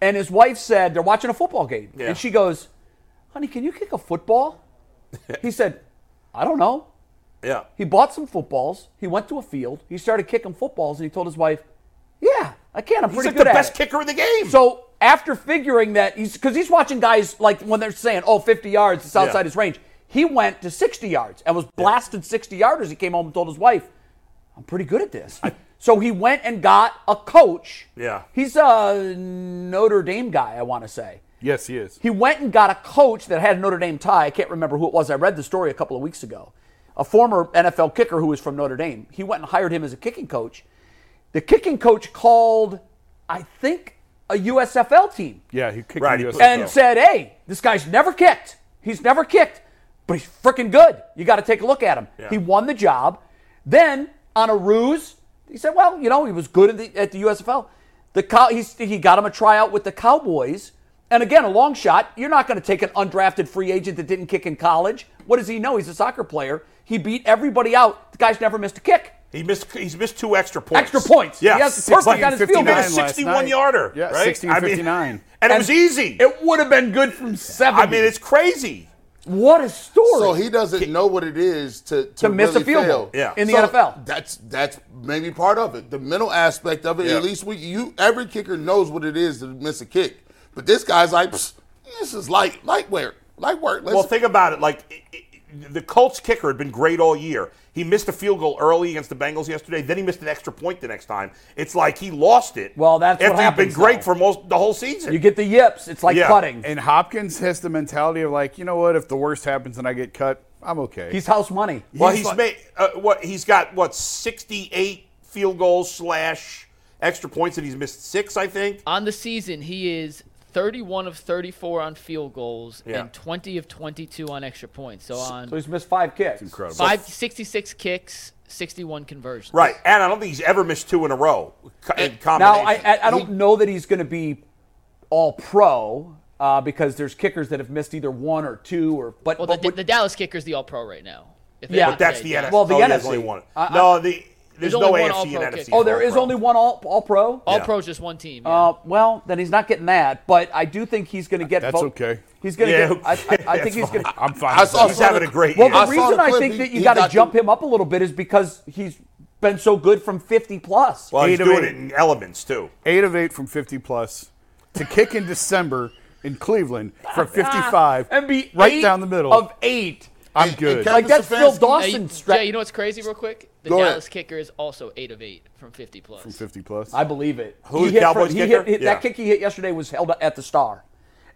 [SPEAKER 3] and his wife said they're watching a football game,
[SPEAKER 4] Yeah.
[SPEAKER 3] and she goes, "Honey, can you kick a football?" he said, "I don't know."
[SPEAKER 4] yeah.
[SPEAKER 3] He bought some footballs. He went to a field. He started kicking footballs, and he told his wife, "Yeah, I can. I'm
[SPEAKER 4] He's
[SPEAKER 3] pretty
[SPEAKER 4] like
[SPEAKER 3] good
[SPEAKER 4] the
[SPEAKER 3] at
[SPEAKER 4] best
[SPEAKER 3] it."
[SPEAKER 4] kicker in the game.
[SPEAKER 3] So after figuring that, he's because he's watching guys like when they're saying, "Oh, 50 yards, it's outside
[SPEAKER 4] Yeah.
[SPEAKER 3] his range." He went to 60 yards and was blasted 60 yarders. He came home and told his wife, "I'm pretty good at this." so he went and got a coach.
[SPEAKER 4] Yeah.
[SPEAKER 3] he's a Notre Dame guy, I want to say.
[SPEAKER 5] Yes, he is.
[SPEAKER 3] He went and got a coach that had a Notre Dame tie. I can't remember who it was. I read the story a couple of weeks ago. A former NFL kicker who was from Notre Dame. He went and hired him as a kicking coach. The kicking coach called, I think, a USFL team
[SPEAKER 5] yeah, he kicked
[SPEAKER 4] Right,
[SPEAKER 5] the
[SPEAKER 4] he
[SPEAKER 5] US
[SPEAKER 4] put-
[SPEAKER 3] and
[SPEAKER 4] So-
[SPEAKER 3] said, "Hey, this guy's never kicked. He's never kicked, but he's freaking good. You got to take a look at him." He won the job. Then on a ruse, he said, "Well, you know, he was good at the, at the USFL. The cow he he got him a tryout with the Cowboys." And again, a long shot. You're not going to take an undrafted free agent that didn't kick in college. What does he know? He's a soccer player. He beat everybody out. The guy's never missed a kick.
[SPEAKER 4] He missed. He's missed two extra points.
[SPEAKER 3] Extra points.
[SPEAKER 4] Yeah,
[SPEAKER 3] He has perfect on his field
[SPEAKER 4] He made a
[SPEAKER 3] goal.
[SPEAKER 4] 61 yarder.
[SPEAKER 5] Yeah,
[SPEAKER 4] right?
[SPEAKER 5] 60
[SPEAKER 4] I mean,
[SPEAKER 5] 59.
[SPEAKER 4] and it was easy.
[SPEAKER 3] It would have been good from seven.
[SPEAKER 4] I mean, it's crazy.
[SPEAKER 3] What a story.
[SPEAKER 2] So he doesn't know what it is to to,
[SPEAKER 3] to miss
[SPEAKER 2] really
[SPEAKER 3] a field
[SPEAKER 2] fail.
[SPEAKER 3] goal
[SPEAKER 4] Yeah.
[SPEAKER 3] in the
[SPEAKER 2] So
[SPEAKER 3] NFL.
[SPEAKER 2] That's that's maybe part of it. The mental aspect of it.
[SPEAKER 4] Yeah.
[SPEAKER 2] At least we you every kicker knows what it is to miss a kick. But this guy's like, "Psst, this is light light work, light work. Let's,
[SPEAKER 4] Well, think about it. Like i- i- the Colts kicker had been great all year. He missed a field goal early against the Bengals yesterday. Then he missed an extra point the next time. It's like he lost it.
[SPEAKER 3] Well, that's
[SPEAKER 4] after
[SPEAKER 3] what
[SPEAKER 4] he'd
[SPEAKER 3] happens,
[SPEAKER 4] been great
[SPEAKER 3] though.
[SPEAKER 4] for most the whole season.
[SPEAKER 3] You get the yips. It's like
[SPEAKER 4] Yeah.
[SPEAKER 3] putting.
[SPEAKER 5] And Hopkins has the mentality of like, you know what? If the worst happens and I get cut, I'm okay.
[SPEAKER 3] He's house money.
[SPEAKER 4] well,
[SPEAKER 5] he's
[SPEAKER 4] he's
[SPEAKER 5] like-
[SPEAKER 4] made uh, what he's got what sixty eight field goals slash extra points and he's missed six, I think.
[SPEAKER 3] Uh,
[SPEAKER 1] On the season, he is 31 of 34 on field goals
[SPEAKER 4] Yeah.
[SPEAKER 1] and 20 of 22 on extra points. So on
[SPEAKER 3] So he's missed five kicks.
[SPEAKER 5] incredible.
[SPEAKER 1] five, 66 kicks, 61 conversions.
[SPEAKER 4] Right, and I don't think he's ever missed two in a row. co- In
[SPEAKER 3] Now,
[SPEAKER 4] combination.
[SPEAKER 3] Uh, I, I, I don't know that he's going to be all pro uh, because there's kickers that have missed either one or two or but,
[SPEAKER 1] Well,
[SPEAKER 3] but
[SPEAKER 1] the,
[SPEAKER 3] what-
[SPEAKER 1] the Dallas kicker's the All Pro right now. If they
[SPEAKER 3] Yeah.
[SPEAKER 1] don't
[SPEAKER 3] But
[SPEAKER 4] That's
[SPEAKER 1] say
[SPEAKER 4] the
[SPEAKER 1] Dallas.
[SPEAKER 4] NFC.
[SPEAKER 3] Well, the
[SPEAKER 4] no, there's
[SPEAKER 3] NFC.
[SPEAKER 4] Oh, only one.
[SPEAKER 3] I- I-
[SPEAKER 4] no, the there's,
[SPEAKER 1] only
[SPEAKER 4] no
[SPEAKER 1] one
[SPEAKER 4] AFC
[SPEAKER 1] All-Pro
[SPEAKER 4] and NFC.
[SPEAKER 1] kicker.
[SPEAKER 3] oh, there is
[SPEAKER 4] All-Pro.
[SPEAKER 3] only one all all pro.
[SPEAKER 1] All
[SPEAKER 4] Yeah.
[SPEAKER 1] Pro's just one team. yeah.
[SPEAKER 3] Uh, well, then he's not getting that, but I do think he's going to get.
[SPEAKER 5] That's
[SPEAKER 3] vote-
[SPEAKER 5] okay.
[SPEAKER 3] He's going to
[SPEAKER 4] Yeah,
[SPEAKER 3] get. I,
[SPEAKER 4] okay,
[SPEAKER 3] I, I think
[SPEAKER 4] that's
[SPEAKER 3] he's going. to
[SPEAKER 5] I'm fine.
[SPEAKER 2] I
[SPEAKER 5] with
[SPEAKER 2] saw
[SPEAKER 5] that.
[SPEAKER 4] He's having a great
[SPEAKER 3] Well,
[SPEAKER 4] year.
[SPEAKER 3] the
[SPEAKER 2] I saw
[SPEAKER 3] reason
[SPEAKER 2] the
[SPEAKER 3] I
[SPEAKER 2] clip.
[SPEAKER 3] think
[SPEAKER 2] He-
[SPEAKER 3] that
[SPEAKER 2] he
[SPEAKER 3] you got to
[SPEAKER 2] got
[SPEAKER 3] jump
[SPEAKER 2] the-
[SPEAKER 3] him up a little bit is because he's been so good from 50 plus.
[SPEAKER 4] Well, he's
[SPEAKER 5] Eight of
[SPEAKER 4] doing
[SPEAKER 5] eight.
[SPEAKER 4] it in elements too.
[SPEAKER 5] eight of eight from 50 plus to kick in December in Cleveland from 55
[SPEAKER 3] Ah. and be
[SPEAKER 5] right
[SPEAKER 3] eight
[SPEAKER 5] down the middle.
[SPEAKER 3] of eight.
[SPEAKER 5] I'm
[SPEAKER 2] And-
[SPEAKER 5] good.
[SPEAKER 2] and Kevin
[SPEAKER 3] Like that's Phil
[SPEAKER 2] Stefanski-
[SPEAKER 1] Hey,
[SPEAKER 3] Dawson.
[SPEAKER 1] Jay, you know what's crazy, real quick? The
[SPEAKER 2] Go ahead.
[SPEAKER 1] Dallas kicker is also eight of eight from 50 plus.
[SPEAKER 5] from 50 plus.
[SPEAKER 3] I believe it.
[SPEAKER 4] Who,
[SPEAKER 3] he hit
[SPEAKER 4] Cowboys
[SPEAKER 3] he
[SPEAKER 4] kicker?
[SPEAKER 3] hit, hit-
[SPEAKER 4] Yeah.
[SPEAKER 3] That kick he hit yesterday was held at the star.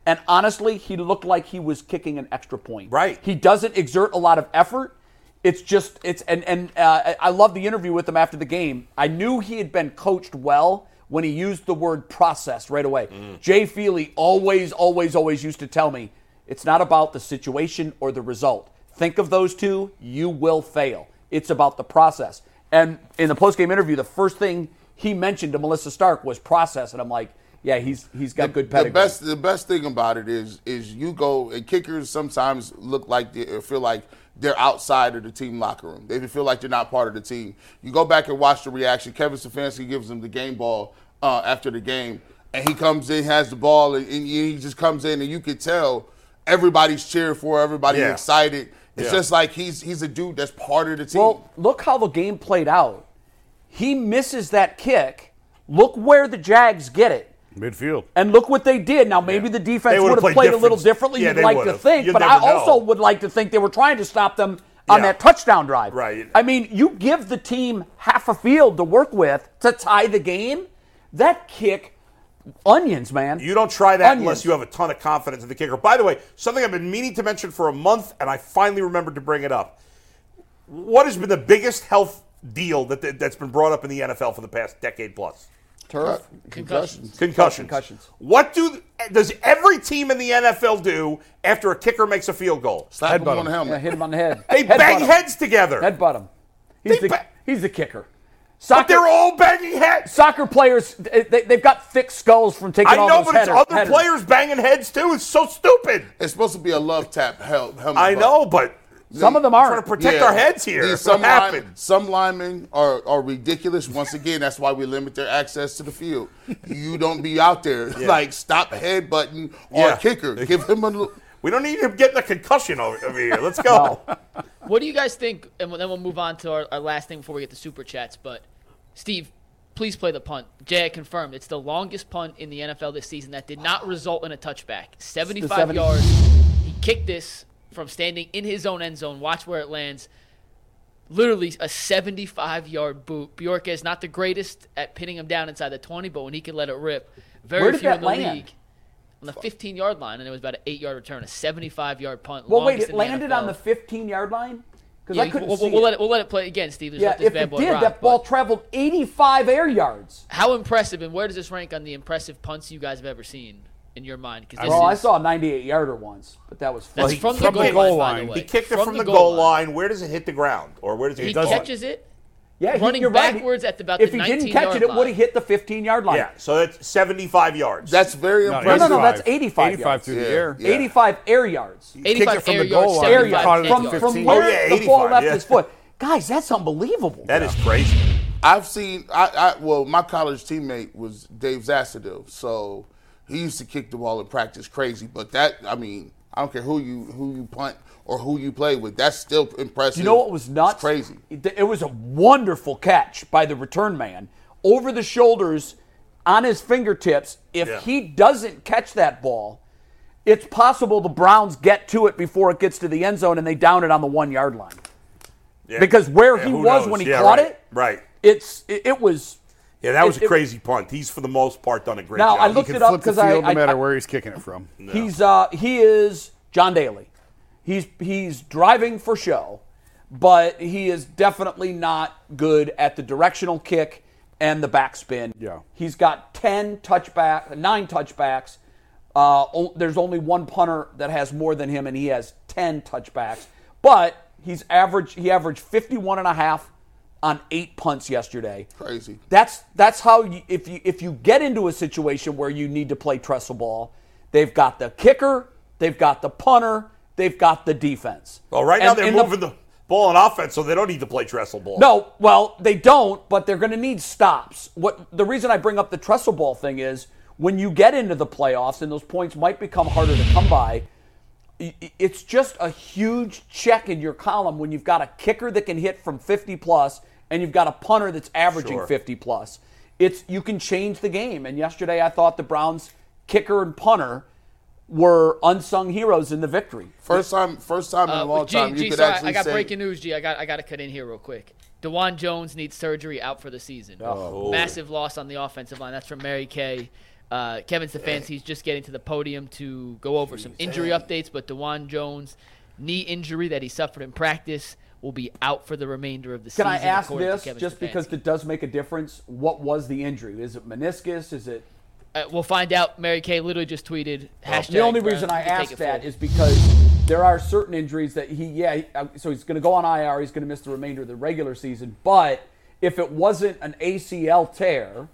[SPEAKER 3] And honestly, he looked like he was kicking an extra point.
[SPEAKER 4] Right.
[SPEAKER 3] He doesn't exert a lot of effort. It's just it's and and uh, I love the interview with him after the game. I knew he had been coached well when he used the word process right away.
[SPEAKER 2] Mm.
[SPEAKER 3] Jay Feely always, always, always used to tell me it's not about the situation or the result. Think of those two, you will fail. It's about the process. And in the postgame interview, the first thing he mentioned to Melissa Stark was process, and I'm like, yeah, he's he's got good
[SPEAKER 2] the
[SPEAKER 3] pedigree.
[SPEAKER 2] best the best thing about it is is you go and kickers sometimes look like they or feel like they're outside of the team locker room. They feel like they're not part of the team. You go back and watch the reaction. Kevin Stefanski gives them the game ball uh, after the game, and he comes in, has the ball, and, and he just comes in, and you could tell everybody's cheering for, her, everybody's
[SPEAKER 4] Yeah.
[SPEAKER 2] excited. It's
[SPEAKER 4] Yeah.
[SPEAKER 2] just like he's he's a dude that's part of the team.
[SPEAKER 3] Well, look how the game played out. He misses that kick. Look where the Jags get it.
[SPEAKER 5] Midfield.
[SPEAKER 3] And look what they did. Now, maybe the defense
[SPEAKER 4] They
[SPEAKER 3] would
[SPEAKER 4] would've
[SPEAKER 3] have
[SPEAKER 4] played
[SPEAKER 3] played, a little
[SPEAKER 4] different.
[SPEAKER 3] differently,
[SPEAKER 4] Yeah,
[SPEAKER 3] you'd
[SPEAKER 4] they
[SPEAKER 3] like to
[SPEAKER 4] would've.
[SPEAKER 3] think,
[SPEAKER 4] You
[SPEAKER 3] but
[SPEAKER 4] never
[SPEAKER 3] I also
[SPEAKER 4] know.
[SPEAKER 3] would like to think they were trying to stop them on
[SPEAKER 4] Yeah.
[SPEAKER 3] that touchdown drive.
[SPEAKER 4] Right.
[SPEAKER 3] I mean, you give the team half a field to work with to tie the game. That kick, onions, man.
[SPEAKER 4] You don't try that
[SPEAKER 3] Onions.
[SPEAKER 4] unless you have a ton of confidence in the kicker. By the way, something I've been meaning to mention for a month, and I finally remembered to bring it up. What has been the biggest health deal that that's been brought up in the NFL for the past decade plus?
[SPEAKER 3] turf.
[SPEAKER 2] concussions.
[SPEAKER 4] Concussions.
[SPEAKER 3] Concussions.
[SPEAKER 4] What do does every team in the NFL do after a kicker makes a field goal?
[SPEAKER 2] Slap him
[SPEAKER 5] Headbutt
[SPEAKER 2] on the
[SPEAKER 5] him.
[SPEAKER 3] Yeah,
[SPEAKER 2] helmet.
[SPEAKER 3] hit him on the head.
[SPEAKER 4] They
[SPEAKER 3] Headbutt
[SPEAKER 4] bang
[SPEAKER 3] him.
[SPEAKER 4] heads together.
[SPEAKER 3] Headbutt him. He's, the,
[SPEAKER 4] They ba-
[SPEAKER 3] he's the kicker.
[SPEAKER 4] but
[SPEAKER 3] Soccer,
[SPEAKER 4] they're all banging heads.
[SPEAKER 3] soccer players, they, they, have got thick skulls from taking
[SPEAKER 4] I
[SPEAKER 3] all
[SPEAKER 4] know,
[SPEAKER 3] those
[SPEAKER 4] but it's
[SPEAKER 3] header-
[SPEAKER 4] other
[SPEAKER 3] headers.
[SPEAKER 4] players banging heads too. It's so stupid.
[SPEAKER 2] It's supposed to be a love tap help. helmet
[SPEAKER 4] I
[SPEAKER 2] butt.
[SPEAKER 4] know, but
[SPEAKER 3] Some of them
[SPEAKER 4] I'm trying to
[SPEAKER 3] aren't.
[SPEAKER 4] protect our heads here.
[SPEAKER 2] These-
[SPEAKER 4] What
[SPEAKER 2] Some,
[SPEAKER 4] happened?
[SPEAKER 2] line- some linemen are, are ridiculous. Once again, that's why we limit their access to the field. You don't be out there like stop headbutting or
[SPEAKER 4] Yeah.
[SPEAKER 2] kicker. Give him a look.
[SPEAKER 4] We don't need him getting a concussion over, over here. Let's go.
[SPEAKER 1] What do you guys think? And then we'll move on to our, our last thing before we get to super chats. But Steve, please play the punt. Jay, I confirmed it's the longest punt in the NFL this season that did not result in a touchback. Seventy-five
[SPEAKER 3] 70.
[SPEAKER 1] yards. He kicked this from standing in his own end zone. Watch where it lands. Literally a 75-yard boot. Bjork is not the greatest at pinning him down inside the 20, but when he can let it rip, very
[SPEAKER 3] Where did
[SPEAKER 1] few
[SPEAKER 3] that
[SPEAKER 1] in the
[SPEAKER 3] land?
[SPEAKER 1] league. On the 15-yard line, and it was about an eight-yard return, a 75-yard punt.
[SPEAKER 3] Well, wait,
[SPEAKER 1] longest
[SPEAKER 3] it
[SPEAKER 1] in
[SPEAKER 3] landed on the
[SPEAKER 1] NFL.
[SPEAKER 3] 15 yard line? Because
[SPEAKER 1] Yeah,
[SPEAKER 3] I couldn't
[SPEAKER 1] we'll,
[SPEAKER 3] see
[SPEAKER 1] we'll
[SPEAKER 3] it.
[SPEAKER 1] let it we'll let it play again, Steve. Just
[SPEAKER 3] yeah,
[SPEAKER 1] let this
[SPEAKER 3] if
[SPEAKER 1] bad
[SPEAKER 3] it
[SPEAKER 1] boy
[SPEAKER 3] did,
[SPEAKER 1] rock,
[SPEAKER 3] that ball
[SPEAKER 1] but
[SPEAKER 3] traveled 85 air yards.
[SPEAKER 1] how impressive and where does this rank on the impressive punts you guys have ever seen in your mind? Because
[SPEAKER 3] Well, I saw a 98 yarder once, but that was
[SPEAKER 1] that's
[SPEAKER 3] funny.
[SPEAKER 1] from,
[SPEAKER 5] from
[SPEAKER 1] the goal line. by the
[SPEAKER 5] line.
[SPEAKER 1] way.
[SPEAKER 4] He kicked it from, the goal, line. Where does it hit the ground, or where does it?
[SPEAKER 1] He
[SPEAKER 4] hit the
[SPEAKER 5] doesn't.
[SPEAKER 4] ball?
[SPEAKER 1] catches it.
[SPEAKER 3] yeah,
[SPEAKER 1] running
[SPEAKER 3] you're right.
[SPEAKER 1] backwards at about
[SPEAKER 3] If
[SPEAKER 1] the
[SPEAKER 3] he didn't
[SPEAKER 1] 19
[SPEAKER 3] catch it,
[SPEAKER 1] yard
[SPEAKER 3] it would
[SPEAKER 1] line.
[SPEAKER 3] have hit the 15 yard line.
[SPEAKER 4] Yeah, so that's 75 yards.
[SPEAKER 2] That's very
[SPEAKER 3] No, no,
[SPEAKER 2] impressive.
[SPEAKER 3] no, that's 85
[SPEAKER 5] 85
[SPEAKER 3] yards.
[SPEAKER 5] through
[SPEAKER 2] Yeah,
[SPEAKER 5] the air.
[SPEAKER 2] yeah.
[SPEAKER 3] 85 air yards.
[SPEAKER 5] He kicked
[SPEAKER 1] 85
[SPEAKER 5] it from
[SPEAKER 1] air
[SPEAKER 5] the goal
[SPEAKER 1] yards,
[SPEAKER 5] line.
[SPEAKER 3] Air
[SPEAKER 1] Seventy-five
[SPEAKER 3] yards.
[SPEAKER 5] He caught it
[SPEAKER 1] air
[SPEAKER 3] From,
[SPEAKER 5] from
[SPEAKER 1] yards.
[SPEAKER 3] from
[SPEAKER 5] 15.
[SPEAKER 4] Oh,
[SPEAKER 3] where
[SPEAKER 4] yeah,
[SPEAKER 3] the ball
[SPEAKER 4] 85,
[SPEAKER 3] left
[SPEAKER 4] yeah.
[SPEAKER 3] his foot. Guys, that's unbelievable.
[SPEAKER 4] That is crazy.
[SPEAKER 2] I've seen. I, I well, my college teammate was Dave Zassadil, so he used to kick the ball in practice crazy. But that, I mean, I don't care who you who you punt or who you play with. That's still impressive.
[SPEAKER 3] You know what was nuts?
[SPEAKER 2] It's crazy.
[SPEAKER 3] It, it was a wonderful catch by the return man over the shoulders on his fingertips. If
[SPEAKER 4] Yeah.
[SPEAKER 3] he doesn't catch that ball, it's possible the Browns get to it before it gets to the end zone and they down it on the one yard line.
[SPEAKER 4] Yeah.
[SPEAKER 3] Because where
[SPEAKER 4] Yeah,
[SPEAKER 3] he
[SPEAKER 4] who
[SPEAKER 3] was
[SPEAKER 4] knows?
[SPEAKER 3] when he
[SPEAKER 4] Yeah,
[SPEAKER 3] caught
[SPEAKER 4] right.
[SPEAKER 3] it,
[SPEAKER 4] Right.
[SPEAKER 3] It's it, it was.
[SPEAKER 4] Yeah, that was
[SPEAKER 3] It-
[SPEAKER 4] a
[SPEAKER 3] it-
[SPEAKER 4] crazy punt. He's for the most part done a great
[SPEAKER 3] Now,
[SPEAKER 4] job.
[SPEAKER 3] I
[SPEAKER 4] He
[SPEAKER 3] looked
[SPEAKER 4] can-
[SPEAKER 3] it up
[SPEAKER 5] Flip the
[SPEAKER 3] because
[SPEAKER 5] field
[SPEAKER 3] I,
[SPEAKER 5] no
[SPEAKER 3] I-
[SPEAKER 5] matter
[SPEAKER 3] I-
[SPEAKER 5] where he's kicking it from.
[SPEAKER 3] He's uh he is John Daly. He's he's driving for show, but he is definitely not good at the directional kick and the backspin.
[SPEAKER 5] Yeah.
[SPEAKER 3] He's got 10 touchback, 9 touchbacks. Uh o- there's only one punter that has more than him and he has 10 touchbacks. But he's average he averaged 51 and a half on 8 punts yesterday.
[SPEAKER 2] Crazy.
[SPEAKER 3] That's that's how you, if you if you get into a situation where you need to play trestle ball, they've got the kicker, they've got the punter, they've got the defense.
[SPEAKER 4] Well, right now
[SPEAKER 3] And-
[SPEAKER 4] they're
[SPEAKER 3] and
[SPEAKER 4] moving the, ball on offense, so they don't need to play trestle ball.
[SPEAKER 3] No, well, they don't, but they're going to need stops. What the reason I bring up the trestle ball thing is when you get into the playoffs and those points might become harder to come by, i- i- it's just a huge check in your column when you've got a kicker that can hit from 50 plus and you've got a punter that's averaging
[SPEAKER 4] Sure.
[SPEAKER 3] 50 plus. It's you can change the game. And yesterday I thought the Browns kicker and punter were unsung heroes in the victory.
[SPEAKER 2] First time, first time in a
[SPEAKER 1] Uh,
[SPEAKER 2] long
[SPEAKER 1] G,
[SPEAKER 2] time
[SPEAKER 1] G,
[SPEAKER 2] you could
[SPEAKER 1] sorry,
[SPEAKER 2] actually
[SPEAKER 1] I got
[SPEAKER 2] say
[SPEAKER 1] breaking news, G. I got I got to cut in here real quick. Dewan Jones needs surgery out for the season.
[SPEAKER 3] Oh,
[SPEAKER 1] Massive loss on the offensive line. That's from Mary Kay. Uh, Kevin Stefanski's just getting to the podium to go over some injury updates, but Dewan Jones knee injury that he suffered in practice will be out for the remainder of the season.
[SPEAKER 3] Can I ask
[SPEAKER 1] according to
[SPEAKER 3] this
[SPEAKER 1] Kevin
[SPEAKER 3] just because
[SPEAKER 1] Stefanski.
[SPEAKER 3] it does make a difference? What was the injury? Is it meniscus? Is it
[SPEAKER 1] Uh, we'll find out. Mary Kay literally just tweeted. Hashtag
[SPEAKER 3] Oh. the only
[SPEAKER 1] Browns
[SPEAKER 3] reason I
[SPEAKER 1] need to take
[SPEAKER 3] asked
[SPEAKER 1] it
[SPEAKER 3] that
[SPEAKER 1] forward.
[SPEAKER 3] is because there are certain injuries that he yeah he- uh, so he's going to go on IR. He's going to miss the remainder of the regular season. But if it wasn't an ACL tear,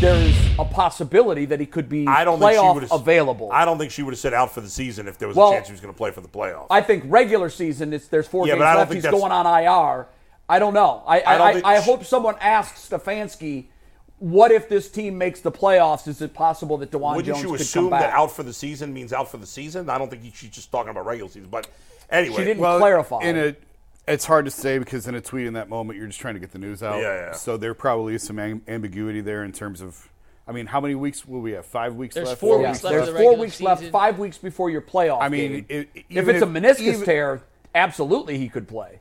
[SPEAKER 3] there's a possibility that he could be
[SPEAKER 4] I don't think she
[SPEAKER 3] playoff
[SPEAKER 4] would have
[SPEAKER 3] available.
[SPEAKER 4] I don't think she would have said out for the season if there was
[SPEAKER 3] Well,
[SPEAKER 4] a chance he was going to play for the playoffs.
[SPEAKER 3] I think regular season it's there's four
[SPEAKER 4] Yeah,
[SPEAKER 3] games
[SPEAKER 4] but I don't
[SPEAKER 3] left.
[SPEAKER 4] think
[SPEAKER 3] He's
[SPEAKER 4] that's-
[SPEAKER 3] going on IR. I don't know. I
[SPEAKER 4] I
[SPEAKER 3] I,
[SPEAKER 4] don't
[SPEAKER 3] I,
[SPEAKER 4] think-
[SPEAKER 3] I hope someone asks Stefanski, what if this team makes the playoffs? Is it possible that Dewan
[SPEAKER 4] Wouldn't
[SPEAKER 3] Jones
[SPEAKER 4] you
[SPEAKER 3] could
[SPEAKER 4] assume
[SPEAKER 3] come back?
[SPEAKER 4] that out for the season means out for the season? I don't think he- she's just talking about regular season. But anyway,
[SPEAKER 3] She didn't clarify.
[SPEAKER 5] In a, it's hard to say because in a tweet in that moment, you're just trying to get the news out.
[SPEAKER 4] Yeah, yeah.
[SPEAKER 5] So there probably is some am- ambiguity there in terms of. I mean, how many weeks will we have? Five weeks
[SPEAKER 1] There's
[SPEAKER 5] left.
[SPEAKER 1] four
[SPEAKER 3] Yeah,
[SPEAKER 1] weeks left
[SPEAKER 3] there's
[SPEAKER 1] of the
[SPEAKER 3] four
[SPEAKER 1] regular
[SPEAKER 3] weeks left,
[SPEAKER 1] season.
[SPEAKER 3] five weeks before your playoff.
[SPEAKER 5] I mean,
[SPEAKER 3] game.
[SPEAKER 5] it-
[SPEAKER 3] if
[SPEAKER 5] even
[SPEAKER 3] it's a
[SPEAKER 5] if-
[SPEAKER 3] meniscus
[SPEAKER 5] even-
[SPEAKER 3] tear, absolutely he could play.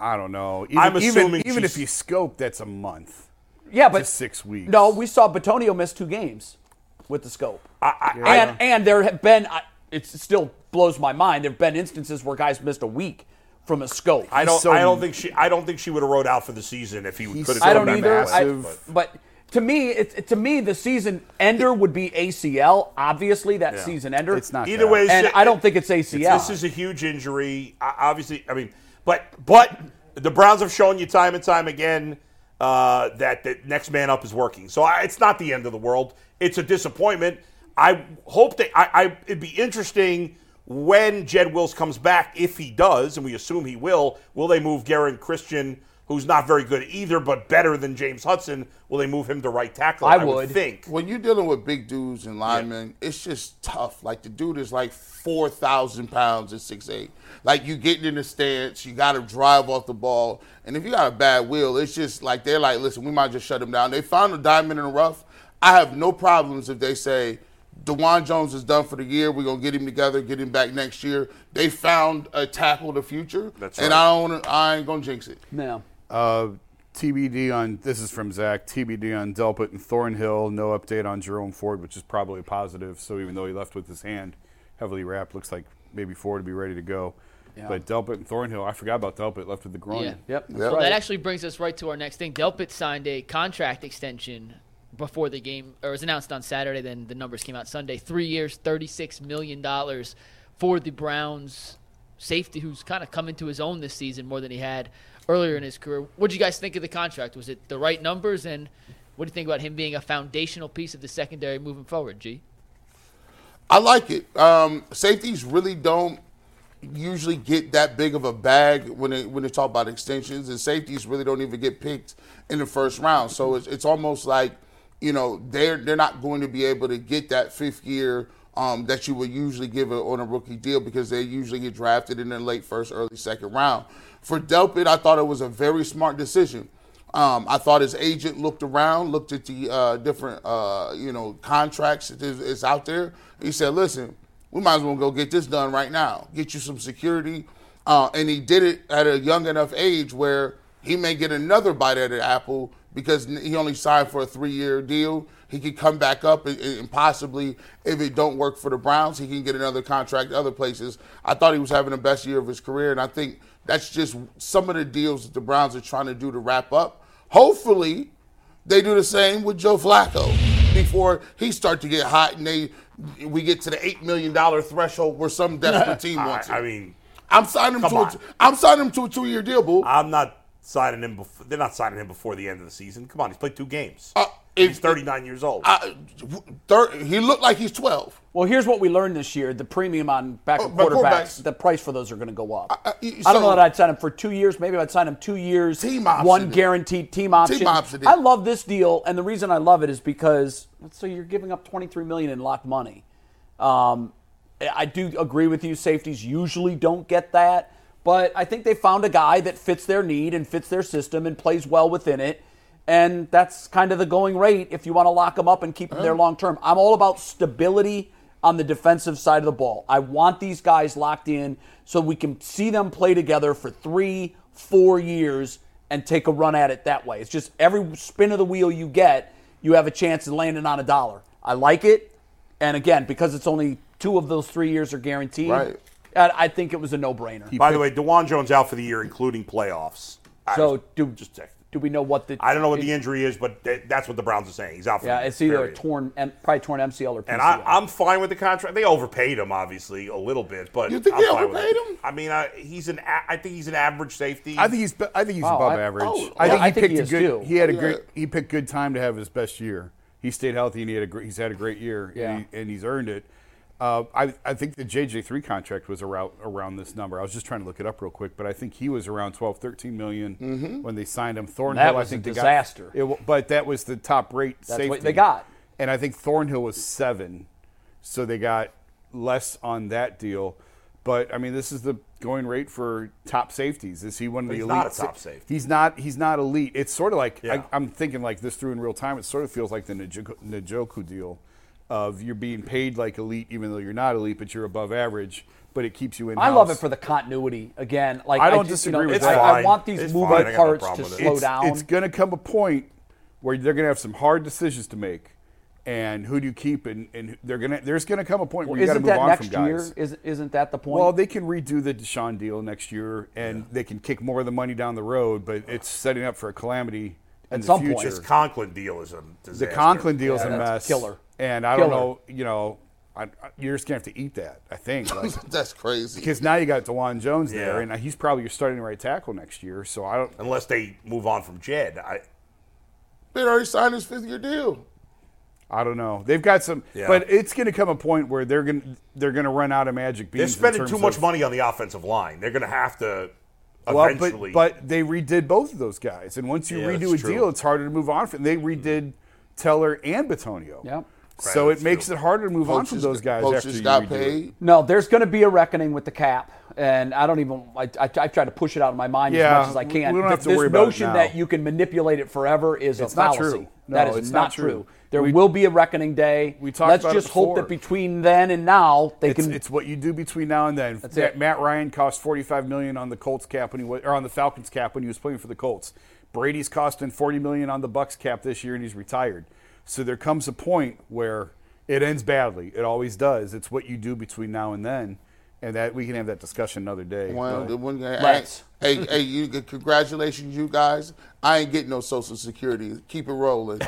[SPEAKER 5] I don't know. Even,
[SPEAKER 4] I'm
[SPEAKER 5] even,
[SPEAKER 4] assuming
[SPEAKER 5] even
[SPEAKER 4] she's-
[SPEAKER 5] if you scope, that's a month.
[SPEAKER 3] Yeah, but
[SPEAKER 5] six weeks.
[SPEAKER 3] No, we saw Batonio miss two games with the scope,
[SPEAKER 4] I, I,
[SPEAKER 3] and and there have been. I, it still blows my mind. There have been instances where guys missed a week from a scope.
[SPEAKER 4] I don't.
[SPEAKER 5] so-
[SPEAKER 4] I don't think she. I don't think she would have rode out for the season if he could
[SPEAKER 5] He's
[SPEAKER 4] have.
[SPEAKER 5] so
[SPEAKER 3] I
[SPEAKER 4] done
[SPEAKER 3] don't
[SPEAKER 4] that
[SPEAKER 3] either. I-
[SPEAKER 4] massive, but-
[SPEAKER 3] but to me, it's it, to me the season ender would be ACL. Obviously, that season ender.
[SPEAKER 5] It's not
[SPEAKER 4] Either
[SPEAKER 5] that.
[SPEAKER 4] way,
[SPEAKER 3] and
[SPEAKER 4] so-
[SPEAKER 3] I don't think it's ACL.
[SPEAKER 4] This is a huge injury. I- Obviously, I mean, but but the Browns have shown you time and time again uh, that the next man up is working. So I, it's not the end of the world. It's a disappointment. I hope that I, I it'd be interesting when Jed Wills comes back, if he does, and we assume he will. Will they move Garen Christian, who's not very good either, but better than James Hudson? Will they move him to right tackle?
[SPEAKER 3] I would.
[SPEAKER 4] would think.
[SPEAKER 2] when you're dealing with big dudes and linemen, it's just tough. Like the dude is like four thousand pounds at six eight. Like you getting in the stance, you got to drive off the ball, and if you got a bad wheel, it's just like they're like, listen, we might just shut him down. They found a diamond in the rough. I have no problems if they say. Dewan Jones is done for the year. We're gonna get him together, get him back next year. They found a tackle of the future,
[SPEAKER 4] That's
[SPEAKER 2] and
[SPEAKER 4] right.
[SPEAKER 2] I don't. I ain't gonna jinx it.
[SPEAKER 3] no.
[SPEAKER 5] Uh, TBD on this is from Zach. TBD on Delpit and Thornhill. No update on Jerome Ford, which is probably a positive. So even though he left with his hand heavily wrapped, looks like maybe Ford would be ready to go. But Delpit and Thornhill, I forgot about Delpit. Left with the groin.
[SPEAKER 1] Yeah.
[SPEAKER 3] Yep. That's
[SPEAKER 2] Well,
[SPEAKER 3] right.
[SPEAKER 1] That actually brings us right to our next thing. Delpit signed a contract extension before the game, or was announced on Saturday. Then the numbers came out Sunday. Three years, thirty-six million dollars for the Browns safety, who's kind of come into his own this season more than he had earlier in his career. What do you guys think of the contract? Was it the right numbers? And what do you think about him being a foundational piece of the secondary moving forward? G.
[SPEAKER 2] I like it. Um, safeties really don't usually get that big of a bag when they when they talk about extensions, and safeties really don't even get picked in the first round. So it's it's almost like you know they're they're not going to be able to get that fifth year. um, that you would usually give a, on a rookie deal because they usually get drafted in the late first, early second round. For Delpit, I thought it was a very smart decision. Um, I thought his agent looked around, looked at the uh, different uh, you know contracts that is, is out there. He said, "Listen, we might as well go get this done right now. Get you some security." Uh, and he did it at a young enough age where he may get another bite at an apple because he only signed for a three-year deal. He could come back up and, and possibly, if it don't work for the Browns, he can get another contract other places. I thought he was having the best year of his career, and I think that's just some of the deals that the Browns are trying to do to wrap up. Hopefully, they do the same with Joe Flacco before he start to get hot and they we get to the eight million dollar threshold where some desperate team
[SPEAKER 4] I,
[SPEAKER 2] wants
[SPEAKER 4] I
[SPEAKER 2] him.
[SPEAKER 4] mean,
[SPEAKER 2] I'm signing him
[SPEAKER 4] come
[SPEAKER 2] to a,
[SPEAKER 4] on.
[SPEAKER 2] I'm signing him to a two year deal, boo.
[SPEAKER 4] I'm not signing him. Before, they're not signing him before the end of the season. Come on, he's played two games.
[SPEAKER 2] Uh, if- Uh,
[SPEAKER 4] he's 39 years old.
[SPEAKER 2] I, thir- he looked like he's twelve.
[SPEAKER 3] Well, here's what we learned this year: the premium on backup
[SPEAKER 2] Oh, but
[SPEAKER 3] quarterbacks,
[SPEAKER 2] quarterbacks-
[SPEAKER 3] the price for those are going to go up. I,
[SPEAKER 2] y-
[SPEAKER 3] don't know
[SPEAKER 2] so-
[SPEAKER 3] that I'd sign him for two years. Maybe I'd sign him two years,
[SPEAKER 2] Team
[SPEAKER 3] one
[SPEAKER 2] option.
[SPEAKER 3] guaranteed team option.
[SPEAKER 2] option.
[SPEAKER 3] I love this deal, and the reason I love it is because so you're giving up 23 million in locked money. Um, I- I do agree with you. Safeties usually don't get that, but I think they found a guy that fits their need and fits their system and plays well within it. And that's kind of the going rate if you want to lock them up and keep them there long term. I'm all about stability on the defensive side of the ball. I want these guys locked in so we can see them play together for three, four years and take a run at it that way. It's just every spin of the wheel you get, you have a chance of landing on a dollar. I like it. And again, because it's only two of those three years are guaranteed,
[SPEAKER 2] Right.
[SPEAKER 3] I, I think it was a no-brainer.
[SPEAKER 4] By the way, Dewan Jones out for the year, including playoffs. I
[SPEAKER 3] So do
[SPEAKER 4] just checked.
[SPEAKER 3] do we know what the?
[SPEAKER 4] I don't know what the E injury is, but th- that's what the Browns are saying. He's out for the
[SPEAKER 3] Yeah,
[SPEAKER 4] year,
[SPEAKER 3] it's either a
[SPEAKER 4] period.
[SPEAKER 3] torn, M- probably torn MCL or PCL.
[SPEAKER 4] And I, I'm fine with the contract. They overpaid him, obviously, a little bit, but
[SPEAKER 2] You think
[SPEAKER 4] I'm
[SPEAKER 2] they
[SPEAKER 4] fine with it.
[SPEAKER 2] overpaid him?
[SPEAKER 4] I mean, I, he's an. a- I think he's an average safety.
[SPEAKER 5] I think he's. be- I think he's
[SPEAKER 3] Wow,
[SPEAKER 5] above
[SPEAKER 3] I-
[SPEAKER 5] average.
[SPEAKER 2] oh,
[SPEAKER 5] I
[SPEAKER 3] yeah,
[SPEAKER 5] think he
[SPEAKER 3] I think
[SPEAKER 5] picked
[SPEAKER 3] he
[SPEAKER 5] a
[SPEAKER 3] is
[SPEAKER 5] good.
[SPEAKER 3] too.
[SPEAKER 5] He had a
[SPEAKER 2] Yeah.
[SPEAKER 5] great. He picked good time to have his best year. He stayed healthy and he had a. Great, he's had a great year.
[SPEAKER 3] Yeah.
[SPEAKER 5] And, he, and he's earned it. Uh, I, I think the JJ three contract was around around this number. I was just trying to look it up real quick, but I think he was around 12, 13 million when they signed him. Thornhill,
[SPEAKER 3] That was
[SPEAKER 5] I think
[SPEAKER 3] a
[SPEAKER 5] they got-
[SPEAKER 3] disaster.
[SPEAKER 5] it wa- but that was the top rate
[SPEAKER 3] That's
[SPEAKER 5] safety
[SPEAKER 3] what they got.
[SPEAKER 5] and I think Thornhill was seven, so they got less on that deal. But I mean, this is the going rate for top safeties. Is he one of the
[SPEAKER 4] he's
[SPEAKER 5] elite?
[SPEAKER 4] not a top
[SPEAKER 5] sa-
[SPEAKER 4] safety.
[SPEAKER 5] He's not. He's not elite. It's sort of like
[SPEAKER 4] Yeah.
[SPEAKER 5] I, I'm thinking like this through in real time. It sort of feels like the Njoku, Njoku deal, of you're being paid like elite even though you're not elite, but you're above average. But it keeps you in.
[SPEAKER 3] I love it for the continuity. Again, like
[SPEAKER 5] I don't
[SPEAKER 3] just,
[SPEAKER 5] disagree
[SPEAKER 3] you know,
[SPEAKER 5] with
[SPEAKER 3] I,
[SPEAKER 5] that.
[SPEAKER 3] I
[SPEAKER 4] It's
[SPEAKER 3] want
[SPEAKER 4] fine.
[SPEAKER 3] these
[SPEAKER 4] It's fine. I
[SPEAKER 3] moving
[SPEAKER 4] got no
[SPEAKER 3] parts
[SPEAKER 4] problem
[SPEAKER 3] to
[SPEAKER 4] with it.
[SPEAKER 3] slow
[SPEAKER 5] it's,
[SPEAKER 3] down.
[SPEAKER 5] It's going to come a point where they're going to have some hard decisions to make, and who do you keep? And, and they're going to there's going to come a point where you got to
[SPEAKER 3] isn't
[SPEAKER 5] move
[SPEAKER 3] that
[SPEAKER 5] on
[SPEAKER 3] next
[SPEAKER 5] from guys.
[SPEAKER 3] year? Is, isn't that the point?
[SPEAKER 5] Well, they can redo the Deshaun deal next year, and they can kick more of the money down the road, but it's setting up for a calamity in
[SPEAKER 3] At
[SPEAKER 5] the
[SPEAKER 3] some point.
[SPEAKER 5] future.
[SPEAKER 4] this Conklin deal is a disaster.
[SPEAKER 5] the Conklin deal's
[SPEAKER 3] Yeah,
[SPEAKER 5] a
[SPEAKER 3] that's
[SPEAKER 5] mess,
[SPEAKER 3] killer.
[SPEAKER 5] and I don't
[SPEAKER 3] Killer.
[SPEAKER 5] know, you know, I, I- you're just going to have to eat that. I think. Like,
[SPEAKER 2] That's crazy.
[SPEAKER 5] Because now you got Dewan Jones there,
[SPEAKER 4] Yeah.
[SPEAKER 5] and he's probably your starting right tackle next year. So I don't.
[SPEAKER 4] unless they move on from Jed. I,
[SPEAKER 2] They already signed his fifth year deal.
[SPEAKER 5] I don't know. They've got some,
[SPEAKER 4] Yeah.
[SPEAKER 5] but it's going to come a point where they're going to they're going to run out of magic beans.
[SPEAKER 4] they're
[SPEAKER 5] in
[SPEAKER 4] spending
[SPEAKER 5] terms
[SPEAKER 4] too much
[SPEAKER 5] of-
[SPEAKER 4] money on the offensive line. They're going to have to
[SPEAKER 5] Well,
[SPEAKER 4] eventually.
[SPEAKER 5] but, but they redid both of those guys, and once you
[SPEAKER 4] Yeah,
[SPEAKER 5] redo
[SPEAKER 4] that's
[SPEAKER 5] a
[SPEAKER 4] true. Mm-hmm.
[SPEAKER 5] deal, it's harder to move on from. They redid Teller and Batonio.
[SPEAKER 3] Yep.
[SPEAKER 5] So
[SPEAKER 4] Right,
[SPEAKER 5] it
[SPEAKER 4] that's
[SPEAKER 5] makes
[SPEAKER 4] true.
[SPEAKER 5] it harder to move on from
[SPEAKER 2] Coaches-
[SPEAKER 5] those guys
[SPEAKER 2] coaches
[SPEAKER 5] after you
[SPEAKER 2] got
[SPEAKER 5] redo it.
[SPEAKER 2] paid.
[SPEAKER 3] No, there's going to be a reckoning with the cap, and I don't even. I, I, I try to push it out of my mind as
[SPEAKER 5] Yeah,
[SPEAKER 3] much as I can.
[SPEAKER 5] we don't have to
[SPEAKER 3] this
[SPEAKER 5] worry about it
[SPEAKER 3] notion
[SPEAKER 5] now.
[SPEAKER 3] that you can manipulate it forever is
[SPEAKER 5] It's
[SPEAKER 3] a
[SPEAKER 5] not
[SPEAKER 3] fallacy.
[SPEAKER 5] true.
[SPEAKER 3] that
[SPEAKER 5] No,
[SPEAKER 3] is
[SPEAKER 5] it's
[SPEAKER 3] not,
[SPEAKER 5] not
[SPEAKER 3] true.
[SPEAKER 5] true.
[SPEAKER 3] There
[SPEAKER 5] We-
[SPEAKER 3] will be a reckoning day.
[SPEAKER 5] We talked
[SPEAKER 3] Let's
[SPEAKER 5] about it
[SPEAKER 3] just hope
[SPEAKER 5] before.
[SPEAKER 3] that between then and now they
[SPEAKER 5] It's,
[SPEAKER 3] can.
[SPEAKER 5] it's what you do between now and then.
[SPEAKER 3] That's
[SPEAKER 5] Matt,
[SPEAKER 3] it.
[SPEAKER 5] Matt Ryan cost 45 million on the Colts cap when he was, or on the Falcons cap when he was playing for the Colts. Brady's costing 40 million on the Bucks cap this year and he's retired. So there comes a point where it ends badly. It always does. It's what you do between now and then. And that we can have that discussion another day.
[SPEAKER 2] Well,
[SPEAKER 5] but-
[SPEAKER 2] the one guy.
[SPEAKER 3] Let's.
[SPEAKER 2] Hey, hey, you, congratulations, you guys. I ain't getting no Social Security. Keep it rolling.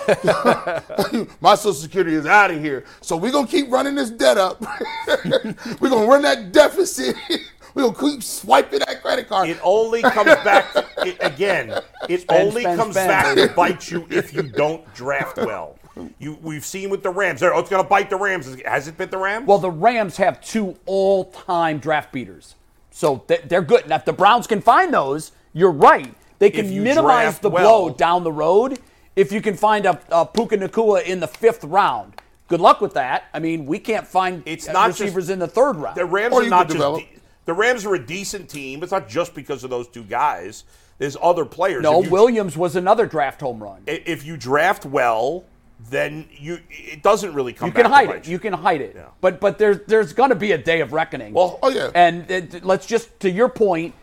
[SPEAKER 2] My Social Security is out of here. So we're going to keep running this debt up. we're going to run that deficit. we're going to keep swiping that credit card.
[SPEAKER 4] It only comes back it, again. It only
[SPEAKER 3] spend,
[SPEAKER 4] comes
[SPEAKER 3] spend,
[SPEAKER 4] back
[SPEAKER 3] baby.
[SPEAKER 4] to bite you if you don't draft well. You, we've seen with the Rams. They're- Oh, it's going to bite the Rams. Has it bit the Rams?
[SPEAKER 3] well, the Rams have two all-time draft beaters, so th- they're good. Now, if the Browns can find those, you're right. They
[SPEAKER 4] If
[SPEAKER 3] can
[SPEAKER 4] you
[SPEAKER 3] minimize
[SPEAKER 4] draft
[SPEAKER 3] the
[SPEAKER 4] well.
[SPEAKER 3] blow down the road if you can find a, a Puka Nakua in the fifth round. good luck with that. I mean, we can't find
[SPEAKER 4] It's
[SPEAKER 3] uh,
[SPEAKER 4] not just-
[SPEAKER 3] receivers in the third round.
[SPEAKER 4] The Rams
[SPEAKER 2] Or
[SPEAKER 4] are
[SPEAKER 2] you
[SPEAKER 4] not
[SPEAKER 2] could
[SPEAKER 4] just
[SPEAKER 2] develop.
[SPEAKER 4] de- the Rams are a decent team. It's not just because of those two guys. There's other players.
[SPEAKER 3] no,
[SPEAKER 4] If you-
[SPEAKER 3] Williams was another draft home run.
[SPEAKER 4] i- If you draft well, then you it doesn't really come.
[SPEAKER 3] You can
[SPEAKER 4] back to
[SPEAKER 3] hide
[SPEAKER 4] bite
[SPEAKER 3] it.
[SPEAKER 4] you.
[SPEAKER 3] You can hide it. But but there's there's going to be a day of reckoning.
[SPEAKER 2] Well, oh, yeah.
[SPEAKER 3] And it, let's just to your point,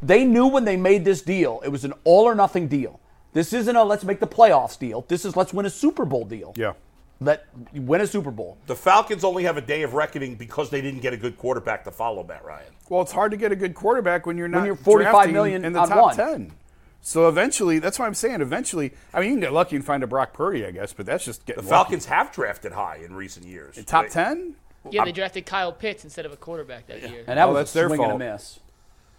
[SPEAKER 3] they knew when they made this deal, it was an all or nothing deal. This isn't a let's make the playoffs deal. This is let's win a Super Bowl deal.
[SPEAKER 5] Yeah.
[SPEAKER 3] Let win a Super Bowl.
[SPEAKER 4] The Falcons only have a day of reckoning because they didn't get a good quarterback to follow Matt Ryan.
[SPEAKER 5] Well, it's hard to get a good quarterback when you're not
[SPEAKER 3] you're 45
[SPEAKER 5] drafting
[SPEAKER 3] million
[SPEAKER 5] in the
[SPEAKER 3] on
[SPEAKER 5] top
[SPEAKER 3] one.
[SPEAKER 5] ten. So eventually, that's what I'm saying. Eventually, I mean, you can get lucky and find a Brock Purdy, I guess, but that's just
[SPEAKER 4] The
[SPEAKER 5] getting
[SPEAKER 4] Falcons have drafted high in recent years.
[SPEAKER 5] lucky. top
[SPEAKER 4] They-
[SPEAKER 5] ten.
[SPEAKER 1] Yeah, they drafted Kyle Pitts instead of a quarterback that year.
[SPEAKER 3] And that
[SPEAKER 5] Oh,
[SPEAKER 3] was
[SPEAKER 5] that's
[SPEAKER 3] a
[SPEAKER 5] their
[SPEAKER 3] swing
[SPEAKER 5] fault.
[SPEAKER 3] and a miss.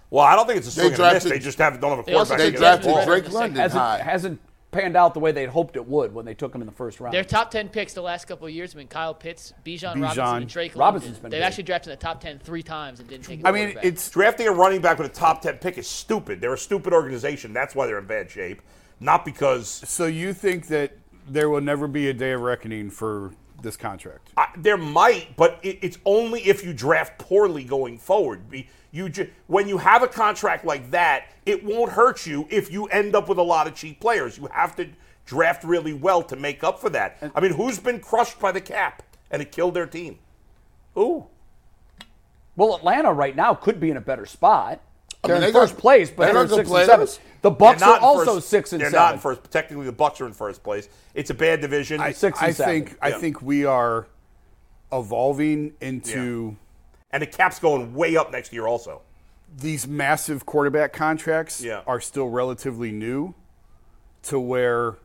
[SPEAKER 4] Well, I don't think it's a swing and a miss.
[SPEAKER 2] drafted-
[SPEAKER 4] They just have don't have a
[SPEAKER 1] They also
[SPEAKER 4] quarterback.
[SPEAKER 2] They
[SPEAKER 4] to get that
[SPEAKER 2] drafted
[SPEAKER 4] ball.
[SPEAKER 2] Drake
[SPEAKER 1] Ball.
[SPEAKER 2] London
[SPEAKER 3] Hasn't
[SPEAKER 2] high.
[SPEAKER 3] hasn't panned out the way they'd hoped it would when they took him in the first round.
[SPEAKER 1] Their top ten picks the last couple of years have been Kyle Pitts, Bijan Robinson,
[SPEAKER 5] Bijan.
[SPEAKER 1] and Drake
[SPEAKER 3] Robinson's
[SPEAKER 1] London.
[SPEAKER 3] been
[SPEAKER 1] They've
[SPEAKER 3] good.
[SPEAKER 1] actually drafted in the top ten three times and didn't take. a
[SPEAKER 5] I mean,
[SPEAKER 1] quarterback.
[SPEAKER 5] it's
[SPEAKER 4] Drafting a running back with a top 10 pick is stupid. They're a stupid organization. That's why they're in bad shape. Not because
[SPEAKER 5] so you think that there will never be a day of reckoning for this contract.
[SPEAKER 4] I, there might, but it, it's only if you draft poorly going forward. Be- You ju- when you have a contract like that, it won't hurt you if you end up with a lot of cheap players. You have to draft really well to make up for that. I mean, who's been crushed by the cap and it killed their team? Who?
[SPEAKER 3] Well, Atlanta right now could be in a better spot. They're
[SPEAKER 2] mean,
[SPEAKER 3] in
[SPEAKER 2] they
[SPEAKER 3] first
[SPEAKER 2] got-
[SPEAKER 3] place, but
[SPEAKER 2] they
[SPEAKER 3] they're
[SPEAKER 2] got
[SPEAKER 3] in
[SPEAKER 2] good
[SPEAKER 3] six
[SPEAKER 2] players.
[SPEAKER 3] and seven. The Bucks
[SPEAKER 4] They're not
[SPEAKER 3] are
[SPEAKER 4] in
[SPEAKER 3] also
[SPEAKER 4] first-
[SPEAKER 3] six and
[SPEAKER 4] they're
[SPEAKER 3] 7
[SPEAKER 4] not in first. Technically, the Bucks are in first place. It's a bad division.
[SPEAKER 3] six and
[SPEAKER 5] I think
[SPEAKER 3] seven.
[SPEAKER 5] I
[SPEAKER 4] Yeah.
[SPEAKER 5] think we are evolving into
[SPEAKER 4] and the cap's going way up next year also.
[SPEAKER 5] these massive quarterback contracts
[SPEAKER 4] Yeah.
[SPEAKER 5] are still relatively new to where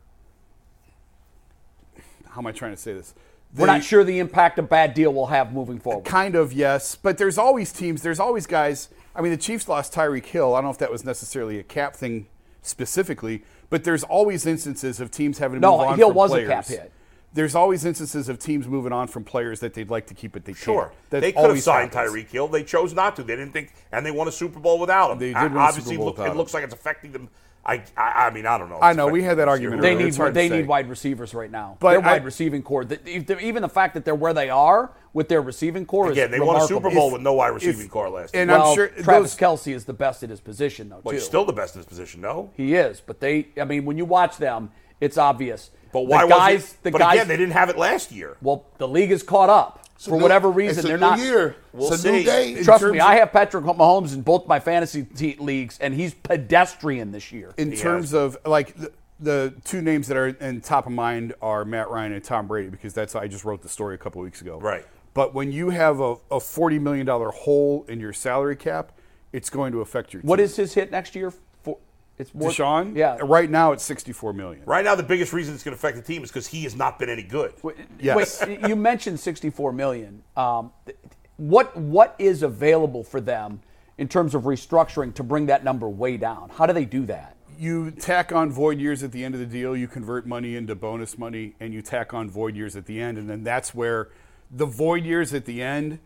[SPEAKER 5] how am I trying to say this?
[SPEAKER 3] We're
[SPEAKER 5] The-
[SPEAKER 3] not sure the impact a bad deal will have moving forward.
[SPEAKER 5] Kind of, yes. But there's always teams, there's always guys. I mean, the Chiefs lost Tyreek Hill. I don't know if that was necessarily a cap thing specifically, but there's always instances of teams having to
[SPEAKER 3] No,
[SPEAKER 5] move on
[SPEAKER 3] Hill
[SPEAKER 5] from
[SPEAKER 3] was a
[SPEAKER 5] players.
[SPEAKER 3] cap hit.
[SPEAKER 5] There's always instances of teams moving on from players that they'd like to keep, but they
[SPEAKER 4] Sure.
[SPEAKER 5] can't. That
[SPEAKER 4] They could have
[SPEAKER 5] always
[SPEAKER 4] signed
[SPEAKER 5] happens.
[SPEAKER 4] Tyreek Hill. They chose not to. They didn't think, and they won a Super Bowl without him.
[SPEAKER 5] They did
[SPEAKER 4] I-
[SPEAKER 5] win a Super
[SPEAKER 4] Obviously,
[SPEAKER 5] Bowl
[SPEAKER 4] look-
[SPEAKER 5] without
[SPEAKER 4] it
[SPEAKER 5] him.
[SPEAKER 4] looks like it's affecting them. I, I, I mean, I don't know. if
[SPEAKER 5] I
[SPEAKER 4] it's
[SPEAKER 5] know, we
[SPEAKER 4] affecting
[SPEAKER 5] had that
[SPEAKER 4] them this
[SPEAKER 5] argument
[SPEAKER 4] year.
[SPEAKER 3] They
[SPEAKER 5] It's
[SPEAKER 3] need
[SPEAKER 5] hard to
[SPEAKER 3] they
[SPEAKER 5] say.
[SPEAKER 3] need wide receivers right now.
[SPEAKER 5] But
[SPEAKER 3] Their wide
[SPEAKER 5] I-
[SPEAKER 3] receiving core, the, if the, even the fact that they're where they are with their receiving core
[SPEAKER 4] Again,
[SPEAKER 3] is
[SPEAKER 4] they won a
[SPEAKER 3] remarkable.
[SPEAKER 4] Super Bowl
[SPEAKER 5] If-
[SPEAKER 4] with no wide receiving
[SPEAKER 5] if-
[SPEAKER 4] core last year.
[SPEAKER 5] And
[SPEAKER 3] Well,
[SPEAKER 5] I'm sure
[SPEAKER 3] Travis
[SPEAKER 5] those,
[SPEAKER 3] Kelsey is the best at his position though.
[SPEAKER 4] Well,
[SPEAKER 3] too.
[SPEAKER 4] he's still the best in his position, no?
[SPEAKER 3] he is, but they I mean when you watch them, it's obvious.
[SPEAKER 4] But why
[SPEAKER 3] the guys
[SPEAKER 4] was it?
[SPEAKER 3] the
[SPEAKER 4] but
[SPEAKER 3] guys
[SPEAKER 4] again, they didn't have it last year.
[SPEAKER 3] well the league is caught up. For
[SPEAKER 2] New-
[SPEAKER 3] whatever
[SPEAKER 2] it's
[SPEAKER 3] reason
[SPEAKER 2] a
[SPEAKER 3] they're
[SPEAKER 2] new
[SPEAKER 3] not
[SPEAKER 2] Year.
[SPEAKER 4] We'll
[SPEAKER 2] it's a new
[SPEAKER 4] see.
[SPEAKER 2] day.
[SPEAKER 3] Trust
[SPEAKER 5] terms
[SPEAKER 3] me,
[SPEAKER 5] of-
[SPEAKER 3] I have Patrick Mahomes in both my fantasy te- leagues, and he's pedestrian this year.
[SPEAKER 5] in terms of like the, the two names that are in top of mind are Matt Ryan and Tom Brady because that's I just wrote the story a couple weeks ago.
[SPEAKER 4] Right.
[SPEAKER 5] But when you have a, a forty million dollar hole in your salary cap, it's going to affect your.
[SPEAKER 3] What
[SPEAKER 5] team.
[SPEAKER 3] is his hit next year? For it's more,
[SPEAKER 5] Deshaun?
[SPEAKER 3] Yeah,
[SPEAKER 5] Right now it's sixty four million.
[SPEAKER 4] Right now, the biggest reason it's going to affect the team is because he has not been any good.
[SPEAKER 5] Yes.
[SPEAKER 3] Wait, you mentioned 64 million. Um, th- what what is available for them in terms of restructuring to bring that number way down? How do they do that?
[SPEAKER 5] You tack on void years at the end of the deal. You convert money into bonus money, and you tack on void years at the end, and then that's where the void years at the end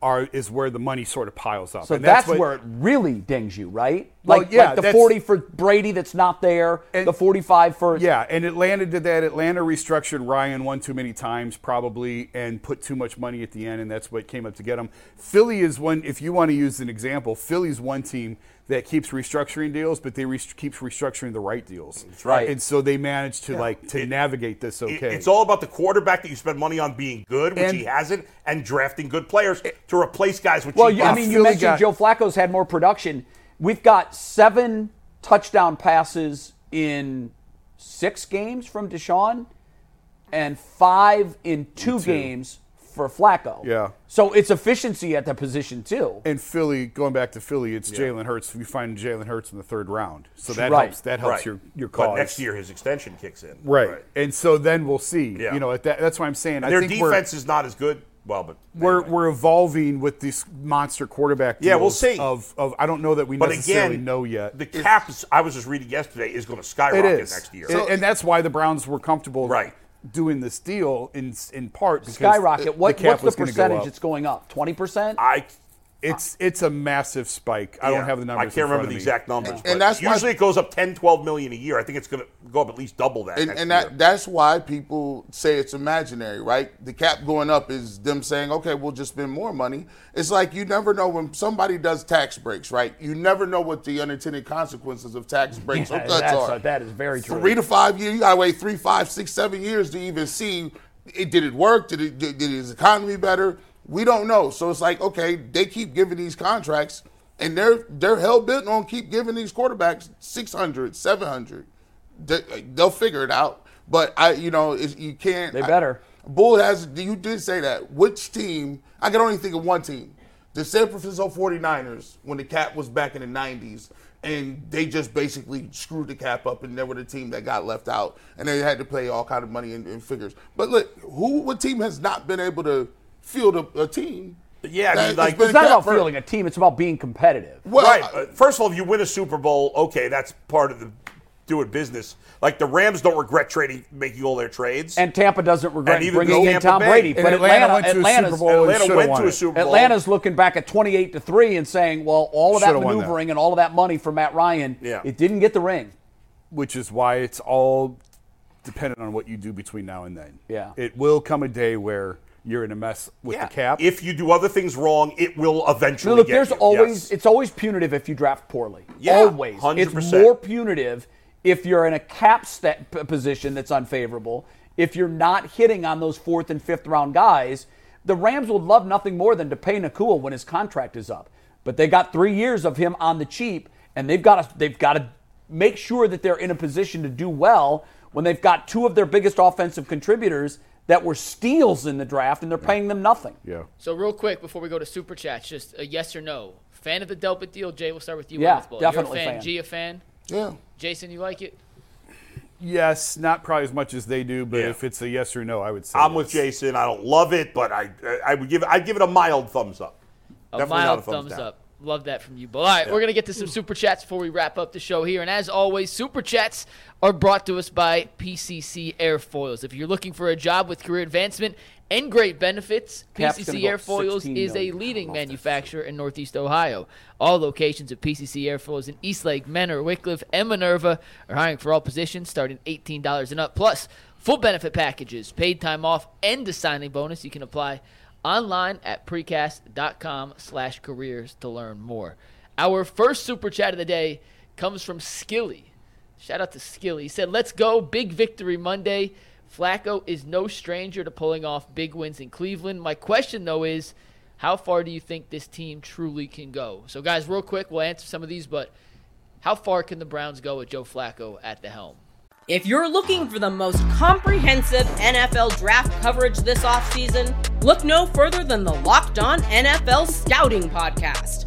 [SPEAKER 5] are is where the money sort of piles up.
[SPEAKER 3] So
[SPEAKER 5] and
[SPEAKER 3] that's,
[SPEAKER 5] what-
[SPEAKER 3] where it really dings you, right?
[SPEAKER 5] Well,
[SPEAKER 3] like,
[SPEAKER 5] yeah,
[SPEAKER 3] like the
[SPEAKER 5] that's-
[SPEAKER 3] 40 for Brady that's not there,
[SPEAKER 5] And-
[SPEAKER 3] the 45 for
[SPEAKER 5] Yeah, and Atlanta did that. Atlanta restructured Ryan one too many times, probably, and put too much money at the end, and that's what came up to get him. Philly is one, if you want to use an example, Philly's one team that keeps restructuring deals, but they rest- keeps restructuring the right deals. That's
[SPEAKER 3] right.
[SPEAKER 5] And so they managed to like to
[SPEAKER 4] It-
[SPEAKER 5] navigate this
[SPEAKER 4] It-
[SPEAKER 5] okay.
[SPEAKER 4] It's all about the quarterback that you spend money on being good, which
[SPEAKER 5] And-
[SPEAKER 4] he hasn't, and drafting good players to replace guys with
[SPEAKER 3] Well,
[SPEAKER 4] cheap
[SPEAKER 3] you, I
[SPEAKER 4] players.
[SPEAKER 3] mean, you
[SPEAKER 5] Philly
[SPEAKER 3] mentioned
[SPEAKER 5] got-
[SPEAKER 3] Joe Flacco's had more production. We've got seven touchdown passes in six games from Deshaun, and five in two, games for Flacco.
[SPEAKER 5] Yeah.
[SPEAKER 3] So it's efficiency at the position too.
[SPEAKER 5] and Philly, going back to Philly, it's Jalen Hurts. You find Jalen Hurts in the third round, so that
[SPEAKER 3] Right.
[SPEAKER 5] helps. That helps
[SPEAKER 4] Right.
[SPEAKER 5] your your cause.
[SPEAKER 4] But next year, his extension kicks in.
[SPEAKER 5] right? And so then we'll see.
[SPEAKER 4] Yeah.
[SPEAKER 5] You know, at that, that's why I'm saying. I
[SPEAKER 4] Their
[SPEAKER 5] think we're-
[SPEAKER 4] defense is not as good. Well, but
[SPEAKER 5] we're
[SPEAKER 4] anyway.
[SPEAKER 5] we're evolving with these monster quarterback.
[SPEAKER 4] Yeah, we'll
[SPEAKER 5] deals
[SPEAKER 4] see.
[SPEAKER 5] Of, of I don't know that we
[SPEAKER 4] but
[SPEAKER 5] necessarily
[SPEAKER 4] again,
[SPEAKER 5] know yet.
[SPEAKER 4] The cap is. I was just reading yesterday is going to
[SPEAKER 5] it
[SPEAKER 4] skyrocket
[SPEAKER 5] is
[SPEAKER 4] next year.
[SPEAKER 5] And- and that's why the Browns were comfortable
[SPEAKER 4] Right.
[SPEAKER 5] doing this deal in in part because
[SPEAKER 3] Skyrocket. What,
[SPEAKER 5] cap
[SPEAKER 3] what's the
[SPEAKER 5] was gonna go
[SPEAKER 3] percentage
[SPEAKER 5] up.
[SPEAKER 3] it's going up? Twenty percent.
[SPEAKER 4] I
[SPEAKER 5] It's it's a massive spike. I
[SPEAKER 4] Yeah.
[SPEAKER 5] don't have the numbers.
[SPEAKER 4] I can't
[SPEAKER 5] in front
[SPEAKER 4] remember
[SPEAKER 5] of
[SPEAKER 4] the
[SPEAKER 5] me.
[SPEAKER 4] exact numbers.
[SPEAKER 2] And
[SPEAKER 4] but
[SPEAKER 2] that's why-
[SPEAKER 4] usually it goes up 10, 12 million a year. I think it's going to go up at least double that.
[SPEAKER 2] and,
[SPEAKER 4] next
[SPEAKER 2] and
[SPEAKER 4] year.
[SPEAKER 2] that that's why people say it's imaginary, right? The cap going up is them saying, okay, we'll just spend more money. It's like you never know when somebody does tax breaks, right? You never know what the unintended consequences of tax breaks or cuts
[SPEAKER 3] that's,
[SPEAKER 2] are.
[SPEAKER 3] that is very true.
[SPEAKER 2] three to five years, you gotta wait three, five, six, seven years to even see it, did it work? Did it did, did his economy better? We don't know. So it's like, okay, they keep giving these contracts and they're they're hell bent on keep giving these quarterbacks 600, 700. They, will figure it out. But I, you know, it's, you can't.
[SPEAKER 3] They better.
[SPEAKER 2] Bull has, you did say that. Which team? I can only think of one team. The San Francisco 49ers, when the cap was back in the 90s, and they just basically screwed the cap up, and they were the team that got left out, and they had to pay all kind of money in, in figures. But look, who, what team has not been able to field a, a team?
[SPEAKER 4] Yeah, I mean,
[SPEAKER 2] has
[SPEAKER 4] like-
[SPEAKER 2] been
[SPEAKER 3] it's not
[SPEAKER 2] cap
[SPEAKER 3] about
[SPEAKER 2] for-
[SPEAKER 3] feeling a team. It's about being competitive.
[SPEAKER 2] Well,
[SPEAKER 4] right.
[SPEAKER 2] uh,
[SPEAKER 4] Uh, First of all, if you win a Super Bowl, okay, that's part of the doing business. Like the Rams don't regret trading, making all their trades.
[SPEAKER 3] And Tampa doesn't regret
[SPEAKER 4] And even
[SPEAKER 3] bringing
[SPEAKER 4] though
[SPEAKER 3] in
[SPEAKER 4] Tampa
[SPEAKER 3] Tom
[SPEAKER 4] Bay-
[SPEAKER 3] Brady,
[SPEAKER 5] And
[SPEAKER 3] but Atlanta,
[SPEAKER 5] went to a
[SPEAKER 3] Atlanta's,
[SPEAKER 5] Super Bowl. and
[SPEAKER 4] Atlanta
[SPEAKER 5] shoulda
[SPEAKER 4] went
[SPEAKER 5] won
[SPEAKER 4] to a
[SPEAKER 5] it.
[SPEAKER 4] Super Bowl.
[SPEAKER 3] Atlanta's looking back at 28 to 3 and saying, well, all of that
[SPEAKER 5] Shoulda won that.
[SPEAKER 3] maneuvering and all of that money for Matt Ryan,
[SPEAKER 4] Yeah.
[SPEAKER 3] it didn't get the ring.
[SPEAKER 5] which is why it's all dependent on what you do between now and then.
[SPEAKER 3] Yeah.
[SPEAKER 5] It will come a day where you're in a mess with
[SPEAKER 4] Yeah.
[SPEAKER 5] the cap.
[SPEAKER 4] If you do other things wrong, it will eventually.
[SPEAKER 3] Look,
[SPEAKER 4] get
[SPEAKER 3] there's
[SPEAKER 4] you.
[SPEAKER 3] always
[SPEAKER 4] Yes.
[SPEAKER 3] it's always punitive if you draft poorly.
[SPEAKER 4] Yeah,
[SPEAKER 3] always, it's
[SPEAKER 4] 100%.
[SPEAKER 3] more punitive if you're in a cap sta- p- position that's unfavorable. If you're not hitting on those fourth and fifth round guys, the Rams would love nothing more than to pay Nakua when his contract is up. But they got three years of him on the cheap, and they've got to they've got to make sure that they're in a position to do well when they've got two of their biggest offensive contributors that were steals in the draft, and they're paying them nothing.
[SPEAKER 5] yeah.
[SPEAKER 1] So real quick before we go to super chats, just a yes or no. Fan of the Delpit deal, Jay. We'll start with you.
[SPEAKER 3] Yeah,
[SPEAKER 1] Weymouth Bull.
[SPEAKER 3] definitely
[SPEAKER 1] You're a fan.
[SPEAKER 3] fan.
[SPEAKER 1] G a fan.
[SPEAKER 2] yeah.
[SPEAKER 1] Jason, you like it?
[SPEAKER 5] Yes, not probably as much as they do, but
[SPEAKER 4] Yeah.
[SPEAKER 5] if it's a yes or no, I would say
[SPEAKER 4] I'm with
[SPEAKER 5] yes.
[SPEAKER 4] Jason. I don't love it, but I I would give I give it a mild thumbs up.
[SPEAKER 1] A
[SPEAKER 4] Definitely not
[SPEAKER 1] mild
[SPEAKER 4] a thumbs
[SPEAKER 1] thumbs
[SPEAKER 4] down.
[SPEAKER 1] up. Love that from you. But all right, we're gonna get to some super chats before we wrap up the show here. And as always, super chats are brought to us by PCC Airfoils. If you're looking for a job with career advancement and great benefits,
[SPEAKER 3] Cap's
[SPEAKER 1] PCC
[SPEAKER 3] gonna go up
[SPEAKER 1] Airfoils
[SPEAKER 3] 16
[SPEAKER 1] is a
[SPEAKER 3] million.
[SPEAKER 1] leading manufacturer in Northeast Ohio. All locations of PCC Airfoils in Eastlake, Menor, Wickliffe, and Minerva are hiring for all positions starting $18 and up, plus full benefit packages, paid time off, and a signing bonus. You can apply online at precast.com slash careers to learn more. Our first super chat of the day comes from Skilly. Shout out to Skilly. He said, Let's go. Big victory Monday. Flacco is no stranger to pulling off big wins in Cleveland. My question, though, is how far do you think this team truly can go? So, guys, real quick, we'll answer some of these, but how far can the Browns go with Joe Flacco at the helm?
[SPEAKER 6] If you're looking for the most comprehensive NFL draft coverage this offseason, look no further than the Locked On NFL Scouting Podcast.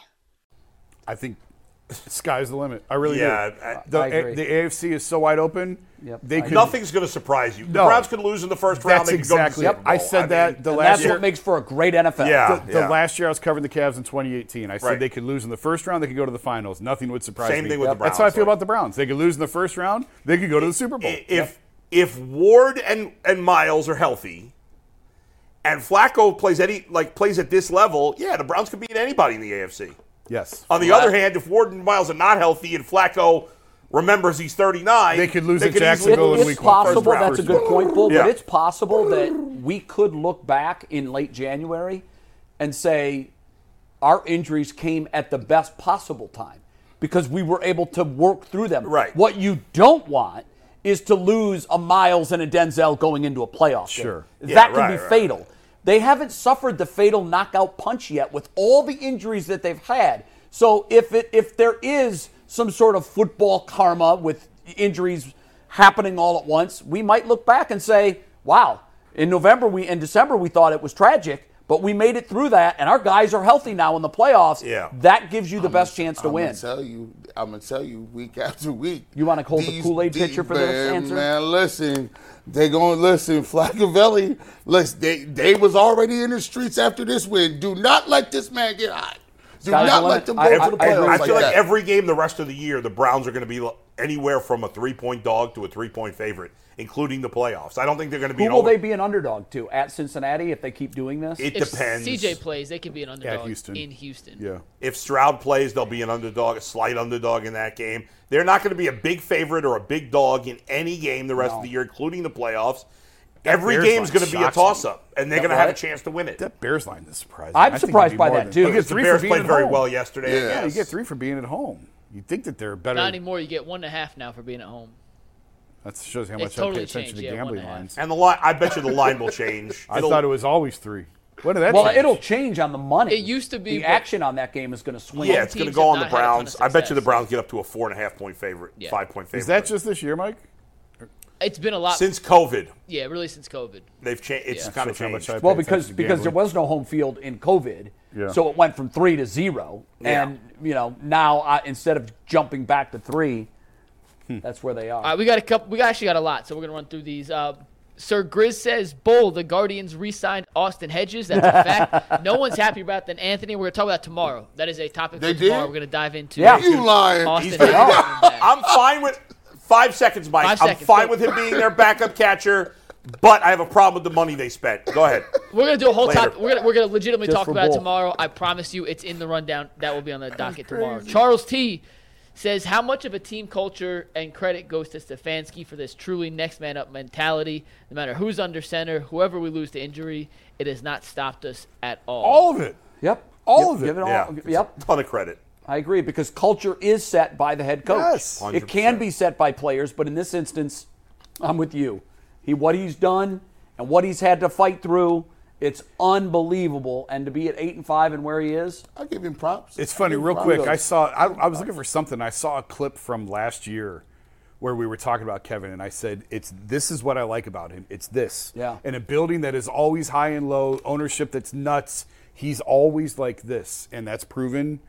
[SPEAKER 5] I think sky's the limit. I really do.
[SPEAKER 4] Yeah, I-
[SPEAKER 5] the,
[SPEAKER 3] I agree.
[SPEAKER 5] the AFC is so wide open.
[SPEAKER 3] Yep,
[SPEAKER 5] they
[SPEAKER 3] I
[SPEAKER 5] could
[SPEAKER 3] agree.
[SPEAKER 4] Nothing's going to surprise you. The
[SPEAKER 5] No.
[SPEAKER 4] Browns could lose in the first round.
[SPEAKER 5] That's
[SPEAKER 4] they could go to the
[SPEAKER 5] exactly.
[SPEAKER 4] Super
[SPEAKER 5] Yep. I
[SPEAKER 4] Bowl.
[SPEAKER 5] said that the
[SPEAKER 4] mean,
[SPEAKER 5] last
[SPEAKER 3] That's
[SPEAKER 5] year-
[SPEAKER 3] what makes for a great NFL.
[SPEAKER 4] Yeah.
[SPEAKER 5] the, the last year I was covering the Cavs in 2018. I said
[SPEAKER 4] Right.
[SPEAKER 5] they could lose in the first round. They could go to the finals. Nothing would surprise
[SPEAKER 4] Same
[SPEAKER 5] me.
[SPEAKER 4] thing with the
[SPEAKER 5] That's how I
[SPEAKER 4] Browns,
[SPEAKER 5] feel
[SPEAKER 4] like-
[SPEAKER 5] about the Browns. They could lose in the first round. They could go to the Super Bowl.
[SPEAKER 4] I- if if Ward and and Miles are healthy, and Flacco plays any like plays at this level, yeah, the Browns could beat anybody in the AFC.
[SPEAKER 5] yes.
[SPEAKER 4] On the other hand, if Ward and Miles are not healthy and Flacco remembers he's 39,
[SPEAKER 5] They could lose at
[SPEAKER 4] easily
[SPEAKER 5] Jacksonville
[SPEAKER 4] lose
[SPEAKER 5] in
[SPEAKER 3] It-
[SPEAKER 5] week
[SPEAKER 3] it's
[SPEAKER 5] one, first
[SPEAKER 3] possible.
[SPEAKER 5] round.
[SPEAKER 3] That's a good point, Bull.
[SPEAKER 4] Yeah.
[SPEAKER 3] But it's possible that we could look back in late January and say our injuries came at the best possible time because we were able to work through them.
[SPEAKER 4] Right.
[SPEAKER 3] What you don't want is to lose a Miles and a Denzel going into a playoff. game.
[SPEAKER 5] Sure.
[SPEAKER 3] that
[SPEAKER 4] Yeah,
[SPEAKER 3] can
[SPEAKER 4] right,
[SPEAKER 3] be
[SPEAKER 4] right,
[SPEAKER 3] fatal. They haven't suffered the fatal knockout punch yet with all the injuries that they've had. So if it if there is some sort of football karma with injuries happening all at once, we might look back and say, "Wow, in November we in December we thought it was tragic, But we made it through that, and our guys are healthy now in the playoffs.
[SPEAKER 4] Yeah.
[SPEAKER 3] That gives you the best chance to
[SPEAKER 2] I'm
[SPEAKER 3] win.
[SPEAKER 2] Gonna tell you, I'm gonna tell you week after week.
[SPEAKER 3] You wanna hold the
[SPEAKER 2] These-
[SPEAKER 3] Kool-Aid
[SPEAKER 2] these-
[SPEAKER 3] pitcher for this
[SPEAKER 2] man,
[SPEAKER 3] answer?
[SPEAKER 2] Man, listen, they gonna listen. Flaccavelli, listen, they they was already in the streets after this win. Do not let this man get hot. Do
[SPEAKER 3] Sky's the
[SPEAKER 2] not let
[SPEAKER 3] limit.
[SPEAKER 2] them go
[SPEAKER 3] I- I-
[SPEAKER 2] to the
[SPEAKER 3] I
[SPEAKER 2] playoffs
[SPEAKER 3] agree.
[SPEAKER 4] I
[SPEAKER 2] like,
[SPEAKER 4] feel like
[SPEAKER 2] that.
[SPEAKER 4] every game the rest of the year, the Browns are going to be l- anywhere from a three-point dog to a three-point favorite, including the playoffs. I don't think they're going to be.
[SPEAKER 3] Who
[SPEAKER 4] an
[SPEAKER 3] will
[SPEAKER 4] over-
[SPEAKER 3] they be an underdog to at Cincinnati if they keep doing this?
[SPEAKER 4] It
[SPEAKER 1] If
[SPEAKER 4] depends.
[SPEAKER 1] CJ plays, they could be an underdog
[SPEAKER 5] Houston.
[SPEAKER 1] in Houston.
[SPEAKER 5] Yeah.
[SPEAKER 4] If Stroud plays, they'll be an underdog, a slight underdog in that game. They're not going to be a big favorite or a big dog in any game the rest of the year, including the playoffs. Every
[SPEAKER 5] Bears
[SPEAKER 4] game's
[SPEAKER 5] line
[SPEAKER 4] going to be a
[SPEAKER 5] shocks me.
[SPEAKER 4] toss-up, and they're going to have a
[SPEAKER 3] right?
[SPEAKER 4] chance to win it.
[SPEAKER 5] That Bears line is surprising.
[SPEAKER 3] I'm
[SPEAKER 5] I think
[SPEAKER 3] surprised
[SPEAKER 5] it'd be
[SPEAKER 3] by
[SPEAKER 5] more
[SPEAKER 3] that,
[SPEAKER 5] than-
[SPEAKER 3] too.
[SPEAKER 5] You get
[SPEAKER 3] Because
[SPEAKER 4] the
[SPEAKER 5] three for
[SPEAKER 4] Bears
[SPEAKER 5] being
[SPEAKER 4] played
[SPEAKER 5] at
[SPEAKER 4] very
[SPEAKER 5] home.
[SPEAKER 4] well yesterday. I
[SPEAKER 2] Yeah.
[SPEAKER 5] Yeah, you
[SPEAKER 4] guess.
[SPEAKER 5] get three for being at home. You think that they're better.
[SPEAKER 1] Not anymore. You get one and a half now for being at home.
[SPEAKER 5] That shows you how
[SPEAKER 1] It's
[SPEAKER 5] much
[SPEAKER 1] totally
[SPEAKER 5] I pay attention
[SPEAKER 1] changed,
[SPEAKER 5] to
[SPEAKER 1] yeah, one
[SPEAKER 5] gambling
[SPEAKER 1] and a half.
[SPEAKER 5] lines.
[SPEAKER 4] And the line, I bet you the line will change.
[SPEAKER 5] I
[SPEAKER 4] It'll-
[SPEAKER 5] thought it was always three. What did that?
[SPEAKER 3] well,
[SPEAKER 5] change?
[SPEAKER 3] it'll change on the money.
[SPEAKER 1] It used to be,
[SPEAKER 3] The
[SPEAKER 1] but-
[SPEAKER 3] action on that game is going to swing.
[SPEAKER 4] yeah, it's going to
[SPEAKER 1] teams
[SPEAKER 4] go
[SPEAKER 1] have
[SPEAKER 4] on the
[SPEAKER 1] not had a ton of
[SPEAKER 4] Browns. I bet you the
[SPEAKER 1] success.
[SPEAKER 4] Browns get up to a four and a half point favorite,
[SPEAKER 1] Yeah.
[SPEAKER 4] five point favorite.
[SPEAKER 5] Is that just this year, Mike?
[SPEAKER 1] It's been a lot.
[SPEAKER 4] since COVID?
[SPEAKER 1] yeah, really since COVID.
[SPEAKER 4] They've changed. It's
[SPEAKER 1] Yeah.
[SPEAKER 4] kind of
[SPEAKER 5] Shows how much
[SPEAKER 4] changed.
[SPEAKER 5] I pay
[SPEAKER 3] Well,
[SPEAKER 5] attention
[SPEAKER 3] because
[SPEAKER 5] to
[SPEAKER 3] because there
[SPEAKER 5] gambling.
[SPEAKER 3] was no home field in COVID,
[SPEAKER 5] Yeah.
[SPEAKER 3] so it went from three to zero, and you know now I, instead of jumping back to three,
[SPEAKER 5] Hmm.
[SPEAKER 3] that's where they are.
[SPEAKER 1] All right, Uh, we got a couple. We actually got a lot, so we're gonna run through these. Uh, Sir Grizz says, "Bull, the Guardians re-signed Austin Hedges. That's a fact. no one's happy about that. Anthony, we're gonna talk about tomorrow. That is a topic
[SPEAKER 2] They
[SPEAKER 1] for tomorrow.
[SPEAKER 2] did?
[SPEAKER 1] We're gonna dive into.
[SPEAKER 3] Yeah.
[SPEAKER 2] you lying.
[SPEAKER 1] Austin.
[SPEAKER 4] been-
[SPEAKER 1] Hedges.
[SPEAKER 4] I'm fine with five seconds, Mike.
[SPEAKER 1] Five
[SPEAKER 4] I'm
[SPEAKER 1] seconds,
[SPEAKER 4] fine
[SPEAKER 1] go.
[SPEAKER 4] with him being their backup catcher, but I have a problem with the money they spent. Go ahead.
[SPEAKER 1] We're gonna do a whole
[SPEAKER 4] Later.
[SPEAKER 1] topic. We're gonna we're gonna legitimately
[SPEAKER 3] Just
[SPEAKER 1] talk
[SPEAKER 3] for
[SPEAKER 1] about it
[SPEAKER 3] Bull.
[SPEAKER 1] tomorrow. I promise you, it's in the rundown. That will be on the docket tomorrow. Charles T says, "How much of a team culture and credit goes to Stefanski for this truly next man up mentality? No matter who's under center, whoever we lose to injury, it has not stopped us at all.
[SPEAKER 5] all of it.
[SPEAKER 3] yep,
[SPEAKER 5] All
[SPEAKER 3] Yep,
[SPEAKER 5] of it.
[SPEAKER 3] Give it all.
[SPEAKER 4] Yeah.
[SPEAKER 3] Oh, Yep,
[SPEAKER 4] Ton of credit.
[SPEAKER 3] I agree because culture is set by the head coach.
[SPEAKER 5] Yes.
[SPEAKER 3] it can be set by players, but in this instance, I'm with you. He what he's done and what he's had to fight through, it's unbelievable. And to be at eight and five and where he is,
[SPEAKER 2] I give him props.
[SPEAKER 5] It's funny, real quick. I saw. I, I was looking for something. I saw a clip from last year where we were talking about Kevin, and I said, "It's this is what I like about him. It's this.
[SPEAKER 3] Yeah.
[SPEAKER 5] In a building that is always high and low, ownership that's nuts. He's always like this, and that's proven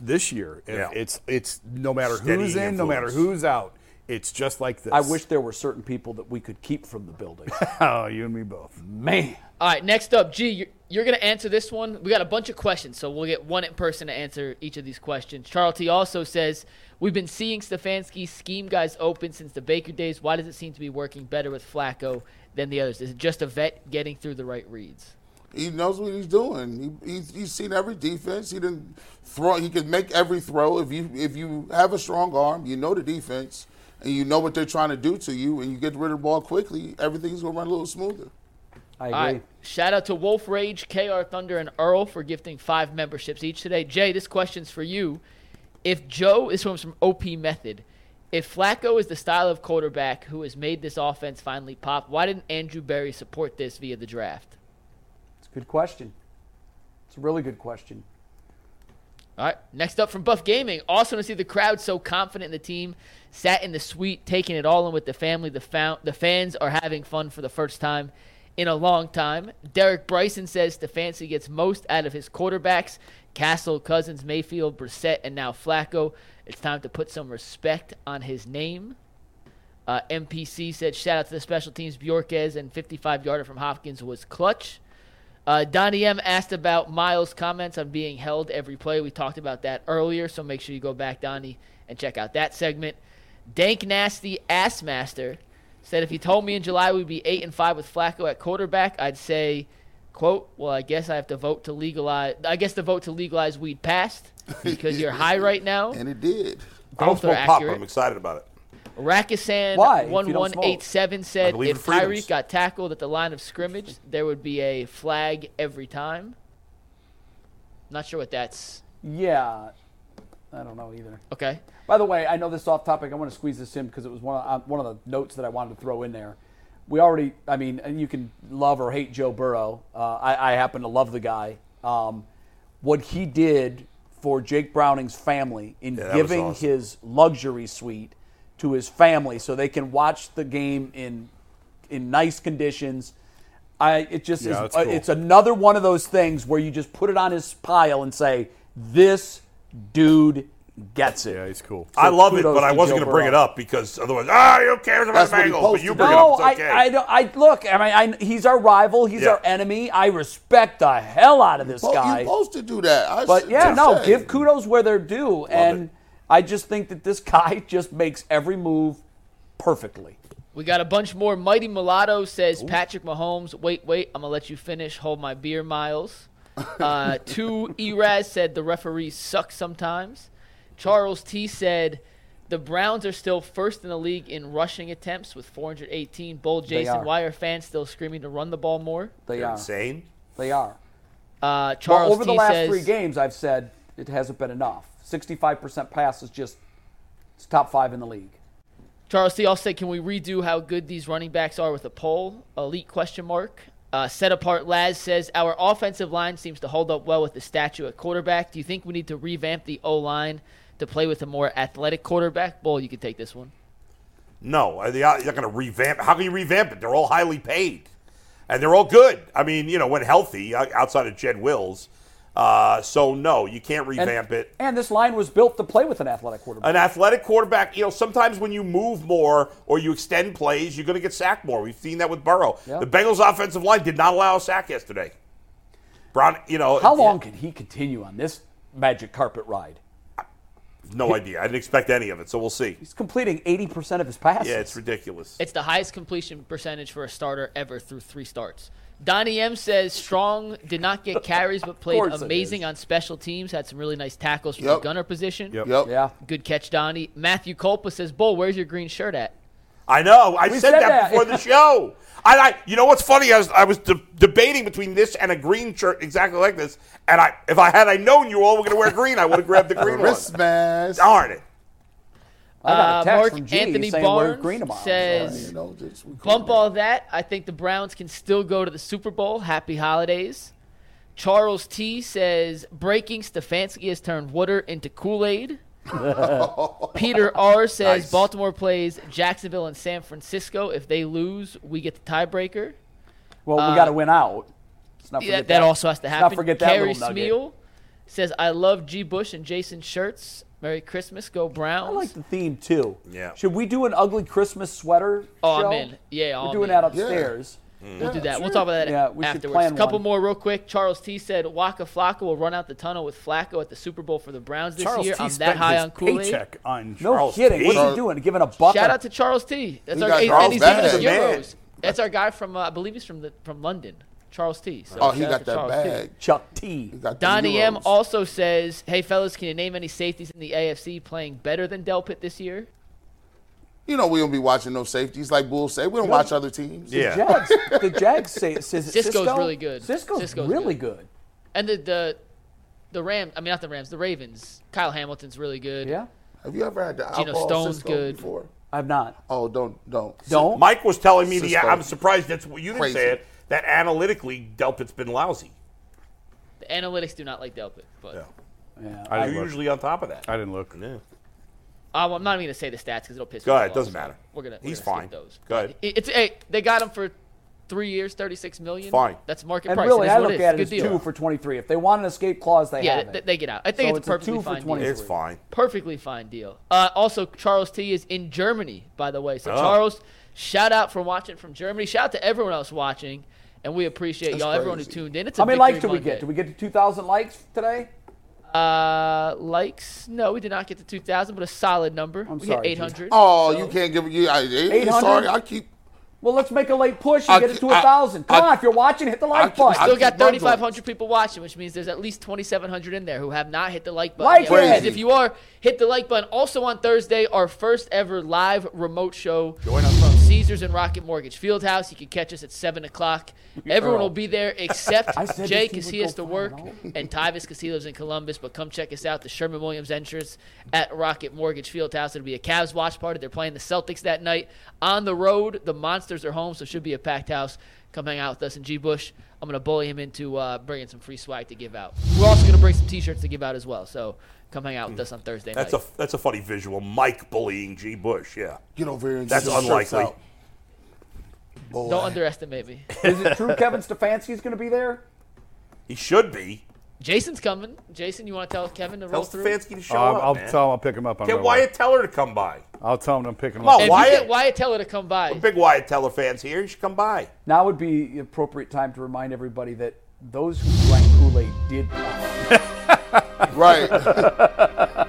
[SPEAKER 5] this year. If
[SPEAKER 4] Yeah.
[SPEAKER 5] It's it's no matter
[SPEAKER 4] Steady
[SPEAKER 5] who's in, no matter
[SPEAKER 4] influence.
[SPEAKER 5] who's out. It's just like this.
[SPEAKER 3] I wish there were certain people that we could keep from the building.
[SPEAKER 5] Oh, you and me both.
[SPEAKER 3] Man.
[SPEAKER 1] All right, next up, G, you're, you're going to answer this one. We got a bunch of questions, so we'll get one in person to answer each of these questions. Charles T also says, We've been seeing Stefanski scheme guys open since the Baker days. Why does it seem to be working better with Flacco than the others? Is it just a vet getting through the right reads?
[SPEAKER 2] he knows what he's doing. He, he's, he's seen every defense. He didn't throw. He can make every throw if you if you have a strong arm. You know the defense, and you know what they're trying to do to you, and you get rid of the ball quickly. Everything's gonna run a little smoother.
[SPEAKER 3] I
[SPEAKER 1] All
[SPEAKER 3] agree.
[SPEAKER 1] right, shout out to Wolf Rage, KR Thunder, and Earl for gifting five memberships each today. Jay, this question's for you. If Joe is from some OP method, if Flacco is the style of quarterback who has made this offense finally pop, why didn't Andrew Berry support this via the draft?
[SPEAKER 3] It's a good question. It's a really good question.
[SPEAKER 1] All right. Next up from Buff Gaming. Awesome to see the crowd so confident in the team. Sat in the suite, taking it all in with the family. The, found, the fans are having fun for the first time in a long time. Derek Bryson says Stefanski gets most out of his quarterbacks Castle, Cousins, Mayfield, Brissett, and now Flacco. It's time to put some respect on his name. Uh, MPC said, shout out to the special teams. Bjorkes and 55 yarder from Hopkins was clutch. Uh, Donnie M asked about Miles' comments on being held every play. We talked about that earlier, so make sure you go back, Donnie, and check out that segment. Dank Nasty Assmaster said, "If you told me in July we'd be eight and five with Flacco at quarterback, I'd say, quote, well, I guess I have to vote to legalize. I guess the vote to legalize weed passed because you're high right now.
[SPEAKER 2] And it did.
[SPEAKER 4] I don't
[SPEAKER 1] Both are
[SPEAKER 4] smoke pop.
[SPEAKER 1] accurate.
[SPEAKER 4] I'm excited about it.
[SPEAKER 1] Rakusan
[SPEAKER 3] Why, if you
[SPEAKER 1] one
[SPEAKER 3] don't
[SPEAKER 1] one eight seven said
[SPEAKER 4] believe in
[SPEAKER 1] if
[SPEAKER 4] freedoms.
[SPEAKER 1] Tyreek got tackled at the line of scrimmage, there would be a flag every time. Not sure what that's
[SPEAKER 3] Yeah. I don't know either.
[SPEAKER 1] okay.
[SPEAKER 3] By the way, I know this is off topic. I want to squeeze this in because it was one of, uh, one of the notes that I wanted to throw in there. We already, I mean, and you can love or hate Joe Burrow. Uh, I, I happen to love the guy. Um, what he did for Jake Browning's family in
[SPEAKER 4] that was
[SPEAKER 3] giving
[SPEAKER 4] awesome.
[SPEAKER 3] his luxury suite to his family so they can watch the game in in nice conditions. I it just
[SPEAKER 5] Yeah,
[SPEAKER 3] is,
[SPEAKER 5] that's
[SPEAKER 3] uh,
[SPEAKER 5] cool.
[SPEAKER 3] it's another one of those things where you just put it on his pile and say, "This dude gets it."
[SPEAKER 5] Yeah, he's cool.
[SPEAKER 4] I love it,
[SPEAKER 3] kudos
[SPEAKER 4] but I
[SPEAKER 3] to
[SPEAKER 4] wasn't
[SPEAKER 3] Joe
[SPEAKER 4] going to bring it
[SPEAKER 3] Burrow.
[SPEAKER 4] up because otherwise, ah, who cares about
[SPEAKER 2] That's what he
[SPEAKER 4] the Bengals? But
[SPEAKER 2] posted.
[SPEAKER 4] you bring it
[SPEAKER 3] No,
[SPEAKER 4] up. It's okay.
[SPEAKER 3] I, I don't. I look. I mean, I, he's our rival. He's
[SPEAKER 4] Yeah.
[SPEAKER 3] our enemy. I respect the hell out of this
[SPEAKER 2] Well,
[SPEAKER 3] guy.
[SPEAKER 2] you're supposed to do that. I
[SPEAKER 3] But
[SPEAKER 2] s-
[SPEAKER 3] yeah,
[SPEAKER 2] just
[SPEAKER 3] no,
[SPEAKER 2] say.
[SPEAKER 3] give kudos where they're due. and
[SPEAKER 4] it.
[SPEAKER 3] I just think that this guy just makes every move perfectly.
[SPEAKER 1] We got a bunch more. Mighty Mulatto says Patrick Mahomes. Wait, wait. I'm gonna let you finish. Hold my beer, Miles. Uh, two Eraz said the referees suck sometimes. Charles T said the Browns are still first in the league in rushing attempts with 418. Bold Jason,
[SPEAKER 3] are.
[SPEAKER 1] why are fans still screaming to run the ball more?
[SPEAKER 3] They
[SPEAKER 4] You're
[SPEAKER 3] are.
[SPEAKER 4] insane.
[SPEAKER 3] They are.
[SPEAKER 1] Uh, Charles
[SPEAKER 3] Well, over
[SPEAKER 1] T
[SPEAKER 3] the last
[SPEAKER 1] says
[SPEAKER 3] three games, I've said it hasn't been enough. 65% pass is just it's top five in the league.
[SPEAKER 1] Charles T also said, "Can we redo how good these running backs are with a poll?" Elite question mark. Uh, set apart Laz says our offensive line seems to hold up well with the statue at quarterback. Do you think we need to revamp the O line to play with a more athletic quarterback? Bull, you can take this one.
[SPEAKER 4] No, are they, you're not going to revamp. How can you revamp it? They're all highly paid, and they're all good. I mean, you know, when healthy, uh, outside of Jed Wills. Uh, so no, you can't
[SPEAKER 3] And,
[SPEAKER 4] revamp it.
[SPEAKER 3] And this line was built to play with an athletic quarterback.
[SPEAKER 4] An athletic quarterback, you know, sometimes when you move more or you extend plays, you're going to get sacked more. We've seen that with Burrow.
[SPEAKER 3] Yeah.
[SPEAKER 4] The Bengals' offensive line did not allow a sack yesterday. Brown, you know,
[SPEAKER 3] How long can he continue on this magic carpet ride?
[SPEAKER 4] No idea. I didn't expect any of it, so we'll see.
[SPEAKER 3] He's completing 80% of his passes.
[SPEAKER 4] Yeah, it's ridiculous.
[SPEAKER 1] It's the highest completion percentage for a starter ever through three starts. Donnie M says Strong did not get carries but played
[SPEAKER 3] course it
[SPEAKER 1] amazing
[SPEAKER 3] is.
[SPEAKER 1] on special teams. Had some really nice tackles from the
[SPEAKER 2] Yep.
[SPEAKER 1] gunner position.
[SPEAKER 5] Yep.
[SPEAKER 2] Yep.
[SPEAKER 3] Yeah.
[SPEAKER 1] Good catch, Donnie. Matthew Culpa says, "Bull, where's your green shirt at?"
[SPEAKER 4] I know. I said,
[SPEAKER 3] said
[SPEAKER 4] that,
[SPEAKER 3] that.
[SPEAKER 4] before the show. I, I, you know what's funny? I was, I was de- debating between this and a green shirt exactly like this, and I, if I had I known you all were going to wear green, I would have grabbed the green one.
[SPEAKER 2] Wrist mask.
[SPEAKER 4] Darn it!
[SPEAKER 3] I got
[SPEAKER 1] Uh,
[SPEAKER 3] a text
[SPEAKER 1] Mark
[SPEAKER 3] from G
[SPEAKER 1] Anthony
[SPEAKER 3] saying we're
[SPEAKER 1] Barnes
[SPEAKER 3] green tomorrow.
[SPEAKER 1] says-
[SPEAKER 2] You know, just, we
[SPEAKER 1] Bump
[SPEAKER 2] cool.
[SPEAKER 1] all that. I think the Browns can still go to the Super Bowl. Happy holidays. Charles T says breaking Stefanski has turned water into Kool Aid. Peter R says Baltimore plays Jacksonville and San Francisco. If they lose, we get the tiebreaker.
[SPEAKER 3] well, we got to win out. Let's not
[SPEAKER 1] uh, Yeah,
[SPEAKER 3] forget
[SPEAKER 1] that, also has to
[SPEAKER 3] Let's
[SPEAKER 1] happen.
[SPEAKER 3] Not forget that
[SPEAKER 1] Carrie
[SPEAKER 3] little nugget.
[SPEAKER 1] Smeal says I love G Bush and Jason Shirts. Merry Christmas. Go Browns.
[SPEAKER 3] I like the theme too.
[SPEAKER 4] Yeah.
[SPEAKER 3] Should we do an ugly Christmas sweater?
[SPEAKER 1] Oh, I'm
[SPEAKER 3] show?
[SPEAKER 1] in. Yeah,
[SPEAKER 3] We're
[SPEAKER 1] I'm
[SPEAKER 3] doing
[SPEAKER 1] in.
[SPEAKER 3] that upstairs.
[SPEAKER 1] We'll do that. We'll talk about that
[SPEAKER 3] Yeah, we should
[SPEAKER 1] afterwards.
[SPEAKER 3] plan
[SPEAKER 1] a couple
[SPEAKER 3] one.
[SPEAKER 1] more real quick. Charles T said Waka Flocka will run out the tunnel with Flacco at the Super Bowl for the Browns this
[SPEAKER 5] Charles
[SPEAKER 1] year.
[SPEAKER 5] T
[SPEAKER 1] I'm that
[SPEAKER 5] spent
[SPEAKER 1] high
[SPEAKER 5] his
[SPEAKER 1] on Kool Aid.
[SPEAKER 5] Paycheck on
[SPEAKER 3] No
[SPEAKER 5] Charles
[SPEAKER 3] kidding.
[SPEAKER 5] T.
[SPEAKER 3] What's he doing? Giving a bucket?
[SPEAKER 1] Shout out to Charles T. That's
[SPEAKER 2] We
[SPEAKER 1] our
[SPEAKER 2] got
[SPEAKER 1] and
[SPEAKER 2] Charles
[SPEAKER 1] he's giving us
[SPEAKER 2] Bag.
[SPEAKER 1] euros. That's our guy from uh, I believe he's from the, from London. Charles T. So
[SPEAKER 2] Oh, he
[SPEAKER 1] shout out
[SPEAKER 2] got
[SPEAKER 1] to
[SPEAKER 2] that
[SPEAKER 1] Charles
[SPEAKER 2] bag.
[SPEAKER 1] T.
[SPEAKER 3] Chuck T.
[SPEAKER 2] He got the
[SPEAKER 1] Donnie M
[SPEAKER 2] Euros.
[SPEAKER 1] also says, "Hey fellas, can you name any safeties in the AFC playing better than Delpit this year?"
[SPEAKER 2] You know we don't be watching no safeties like Bull said. We don't watch other teams.
[SPEAKER 4] Yeah.
[SPEAKER 3] Jags. the Jags say says it
[SPEAKER 1] Cisco's
[SPEAKER 3] Cisco?
[SPEAKER 1] really good.
[SPEAKER 3] Cisco's,
[SPEAKER 1] Cisco's
[SPEAKER 3] really
[SPEAKER 1] good.
[SPEAKER 3] good.
[SPEAKER 1] And the the the Rams. I mean, not the Rams. The Ravens. Kyle Hamilton's really good.
[SPEAKER 3] Yeah.
[SPEAKER 2] Have you ever had the
[SPEAKER 1] Geno
[SPEAKER 2] eyeball
[SPEAKER 1] Stone's
[SPEAKER 2] Cisco
[SPEAKER 1] good.
[SPEAKER 2] before?
[SPEAKER 3] I've not.
[SPEAKER 2] Oh, don't don't
[SPEAKER 3] Don't.
[SPEAKER 4] Mike was telling me the.
[SPEAKER 2] Cisco.
[SPEAKER 4] I'm surprised that's what you didn't
[SPEAKER 2] Crazy.
[SPEAKER 4] say it. That analytically, Delpit's been lousy.
[SPEAKER 1] The analytics do not like Delpit, but.
[SPEAKER 3] yeah,
[SPEAKER 5] I
[SPEAKER 3] I-
[SPEAKER 5] didn't
[SPEAKER 4] You're
[SPEAKER 5] look.
[SPEAKER 4] usually on top of that.
[SPEAKER 5] I didn't look.
[SPEAKER 4] Yeah.
[SPEAKER 1] Uh, well, I'm not even gonna say the stats because it'll piss.
[SPEAKER 4] Go
[SPEAKER 1] people
[SPEAKER 4] ahead.
[SPEAKER 1] off.
[SPEAKER 4] Doesn't matter.
[SPEAKER 1] We're gonna. We're
[SPEAKER 4] He's
[SPEAKER 1] gonna
[SPEAKER 4] fine.
[SPEAKER 1] skip Those.
[SPEAKER 4] Go ahead.
[SPEAKER 1] It- It's hey, they got him for three years, thirty-six million.
[SPEAKER 4] Fine.
[SPEAKER 1] That's market
[SPEAKER 3] and
[SPEAKER 1] price.
[SPEAKER 3] really,
[SPEAKER 1] it is
[SPEAKER 3] I
[SPEAKER 1] what
[SPEAKER 3] look
[SPEAKER 1] it is.
[SPEAKER 3] at it
[SPEAKER 1] Good
[SPEAKER 3] as
[SPEAKER 1] deal.
[SPEAKER 3] two for twenty-three. If they want an escape clause, they
[SPEAKER 1] yeah,
[SPEAKER 3] have it.
[SPEAKER 1] th- they get out. I think
[SPEAKER 3] So
[SPEAKER 1] it's,
[SPEAKER 3] it's
[SPEAKER 1] a
[SPEAKER 3] a
[SPEAKER 1] perfectly
[SPEAKER 3] two for
[SPEAKER 1] fine
[SPEAKER 3] 20.
[SPEAKER 1] deal.
[SPEAKER 4] It's fine.
[SPEAKER 1] Perfectly fine deal. Uh, also, Charles T is in Germany, by the way. So
[SPEAKER 4] Oh.
[SPEAKER 1] Charles, shout out from watching from Germany. Shout out to everyone else watching, and we appreciate y'all. Everyone who
[SPEAKER 2] crazy.
[SPEAKER 1] tuned in. It's
[SPEAKER 3] How
[SPEAKER 1] a
[SPEAKER 3] many
[SPEAKER 1] victory
[SPEAKER 3] likes did we get?
[SPEAKER 1] Monday.
[SPEAKER 3] Did we get to two thousand likes today?
[SPEAKER 1] Uh, likes? No, we did not get to two thousand, but a solid number. we
[SPEAKER 3] sorry,
[SPEAKER 1] hit eight
[SPEAKER 3] dude.
[SPEAKER 1] hundred.
[SPEAKER 2] Oh, you can't give you. I, I'm
[SPEAKER 3] 800?
[SPEAKER 2] sorry, I keep.
[SPEAKER 3] Well, let's make a late push and
[SPEAKER 2] I
[SPEAKER 3] get it
[SPEAKER 2] c-
[SPEAKER 3] to
[SPEAKER 2] I-
[SPEAKER 3] a thousand. Come
[SPEAKER 2] I-
[SPEAKER 3] on, if you're watching, hit the like
[SPEAKER 2] I-
[SPEAKER 3] button.
[SPEAKER 2] I-
[SPEAKER 1] still got
[SPEAKER 2] keep my joints.
[SPEAKER 1] 3,500 people watching, which means there's at least 2,700 in there who have not hit the like button.
[SPEAKER 3] Like
[SPEAKER 1] yet. Which
[SPEAKER 3] it.
[SPEAKER 1] means If you are, hit the like button. Also on Thursday, our first ever live remote show from Caesars and Rocket Mortgage Fieldhouse. You can catch us at 7 o'clock. Everyone will be there except
[SPEAKER 3] I said
[SPEAKER 1] Jake because
[SPEAKER 3] this thing
[SPEAKER 1] he
[SPEAKER 3] would
[SPEAKER 1] has to
[SPEAKER 3] go
[SPEAKER 1] work
[SPEAKER 3] viral.
[SPEAKER 1] and Tyvis because he lives in Columbus. But come check us out, the Sherman Williams entrance at Rocket Mortgage Fieldhouse. It'll be a Cavs watch party. They're playing the Celtics that night. On the road, the Monsters are home, so it should be a packed house. Come hang out with us and G. Bush. I'm going to bully him into uh, bringing some free swag to give out. We're also going to bring some t shirts to give out as well. So come hang out with us on Thursday
[SPEAKER 4] That's
[SPEAKER 1] night.
[SPEAKER 4] a that's a funny visual. Mike bullying G. Bush. Yeah.
[SPEAKER 2] Get over here and
[SPEAKER 4] That's
[SPEAKER 2] get your shirts
[SPEAKER 4] unlikely.
[SPEAKER 2] out.
[SPEAKER 1] Don't underestimate me.
[SPEAKER 3] Is it true Kevin Stefanski's going to be there?
[SPEAKER 4] He should be.
[SPEAKER 1] Jason's coming. Jason, you want to tell Kevin to roll
[SPEAKER 4] Tell
[SPEAKER 1] through?
[SPEAKER 4] Stefanski to show
[SPEAKER 5] I'll,
[SPEAKER 4] up.
[SPEAKER 5] I'll
[SPEAKER 4] man.
[SPEAKER 5] tell him I'll pick him up. on my
[SPEAKER 4] Get
[SPEAKER 5] way.
[SPEAKER 4] Wyatt Teller to come by.
[SPEAKER 5] I'll tell him I'm picking him
[SPEAKER 4] Come on,
[SPEAKER 5] up.
[SPEAKER 1] If
[SPEAKER 4] Wyatt.
[SPEAKER 1] you get Wyatt Teller to come by,
[SPEAKER 4] Big Wyatt Teller fans here. He should come by.
[SPEAKER 3] Now would be the appropriate time to remind everybody that those who drank Kool Aid did.
[SPEAKER 2] Right.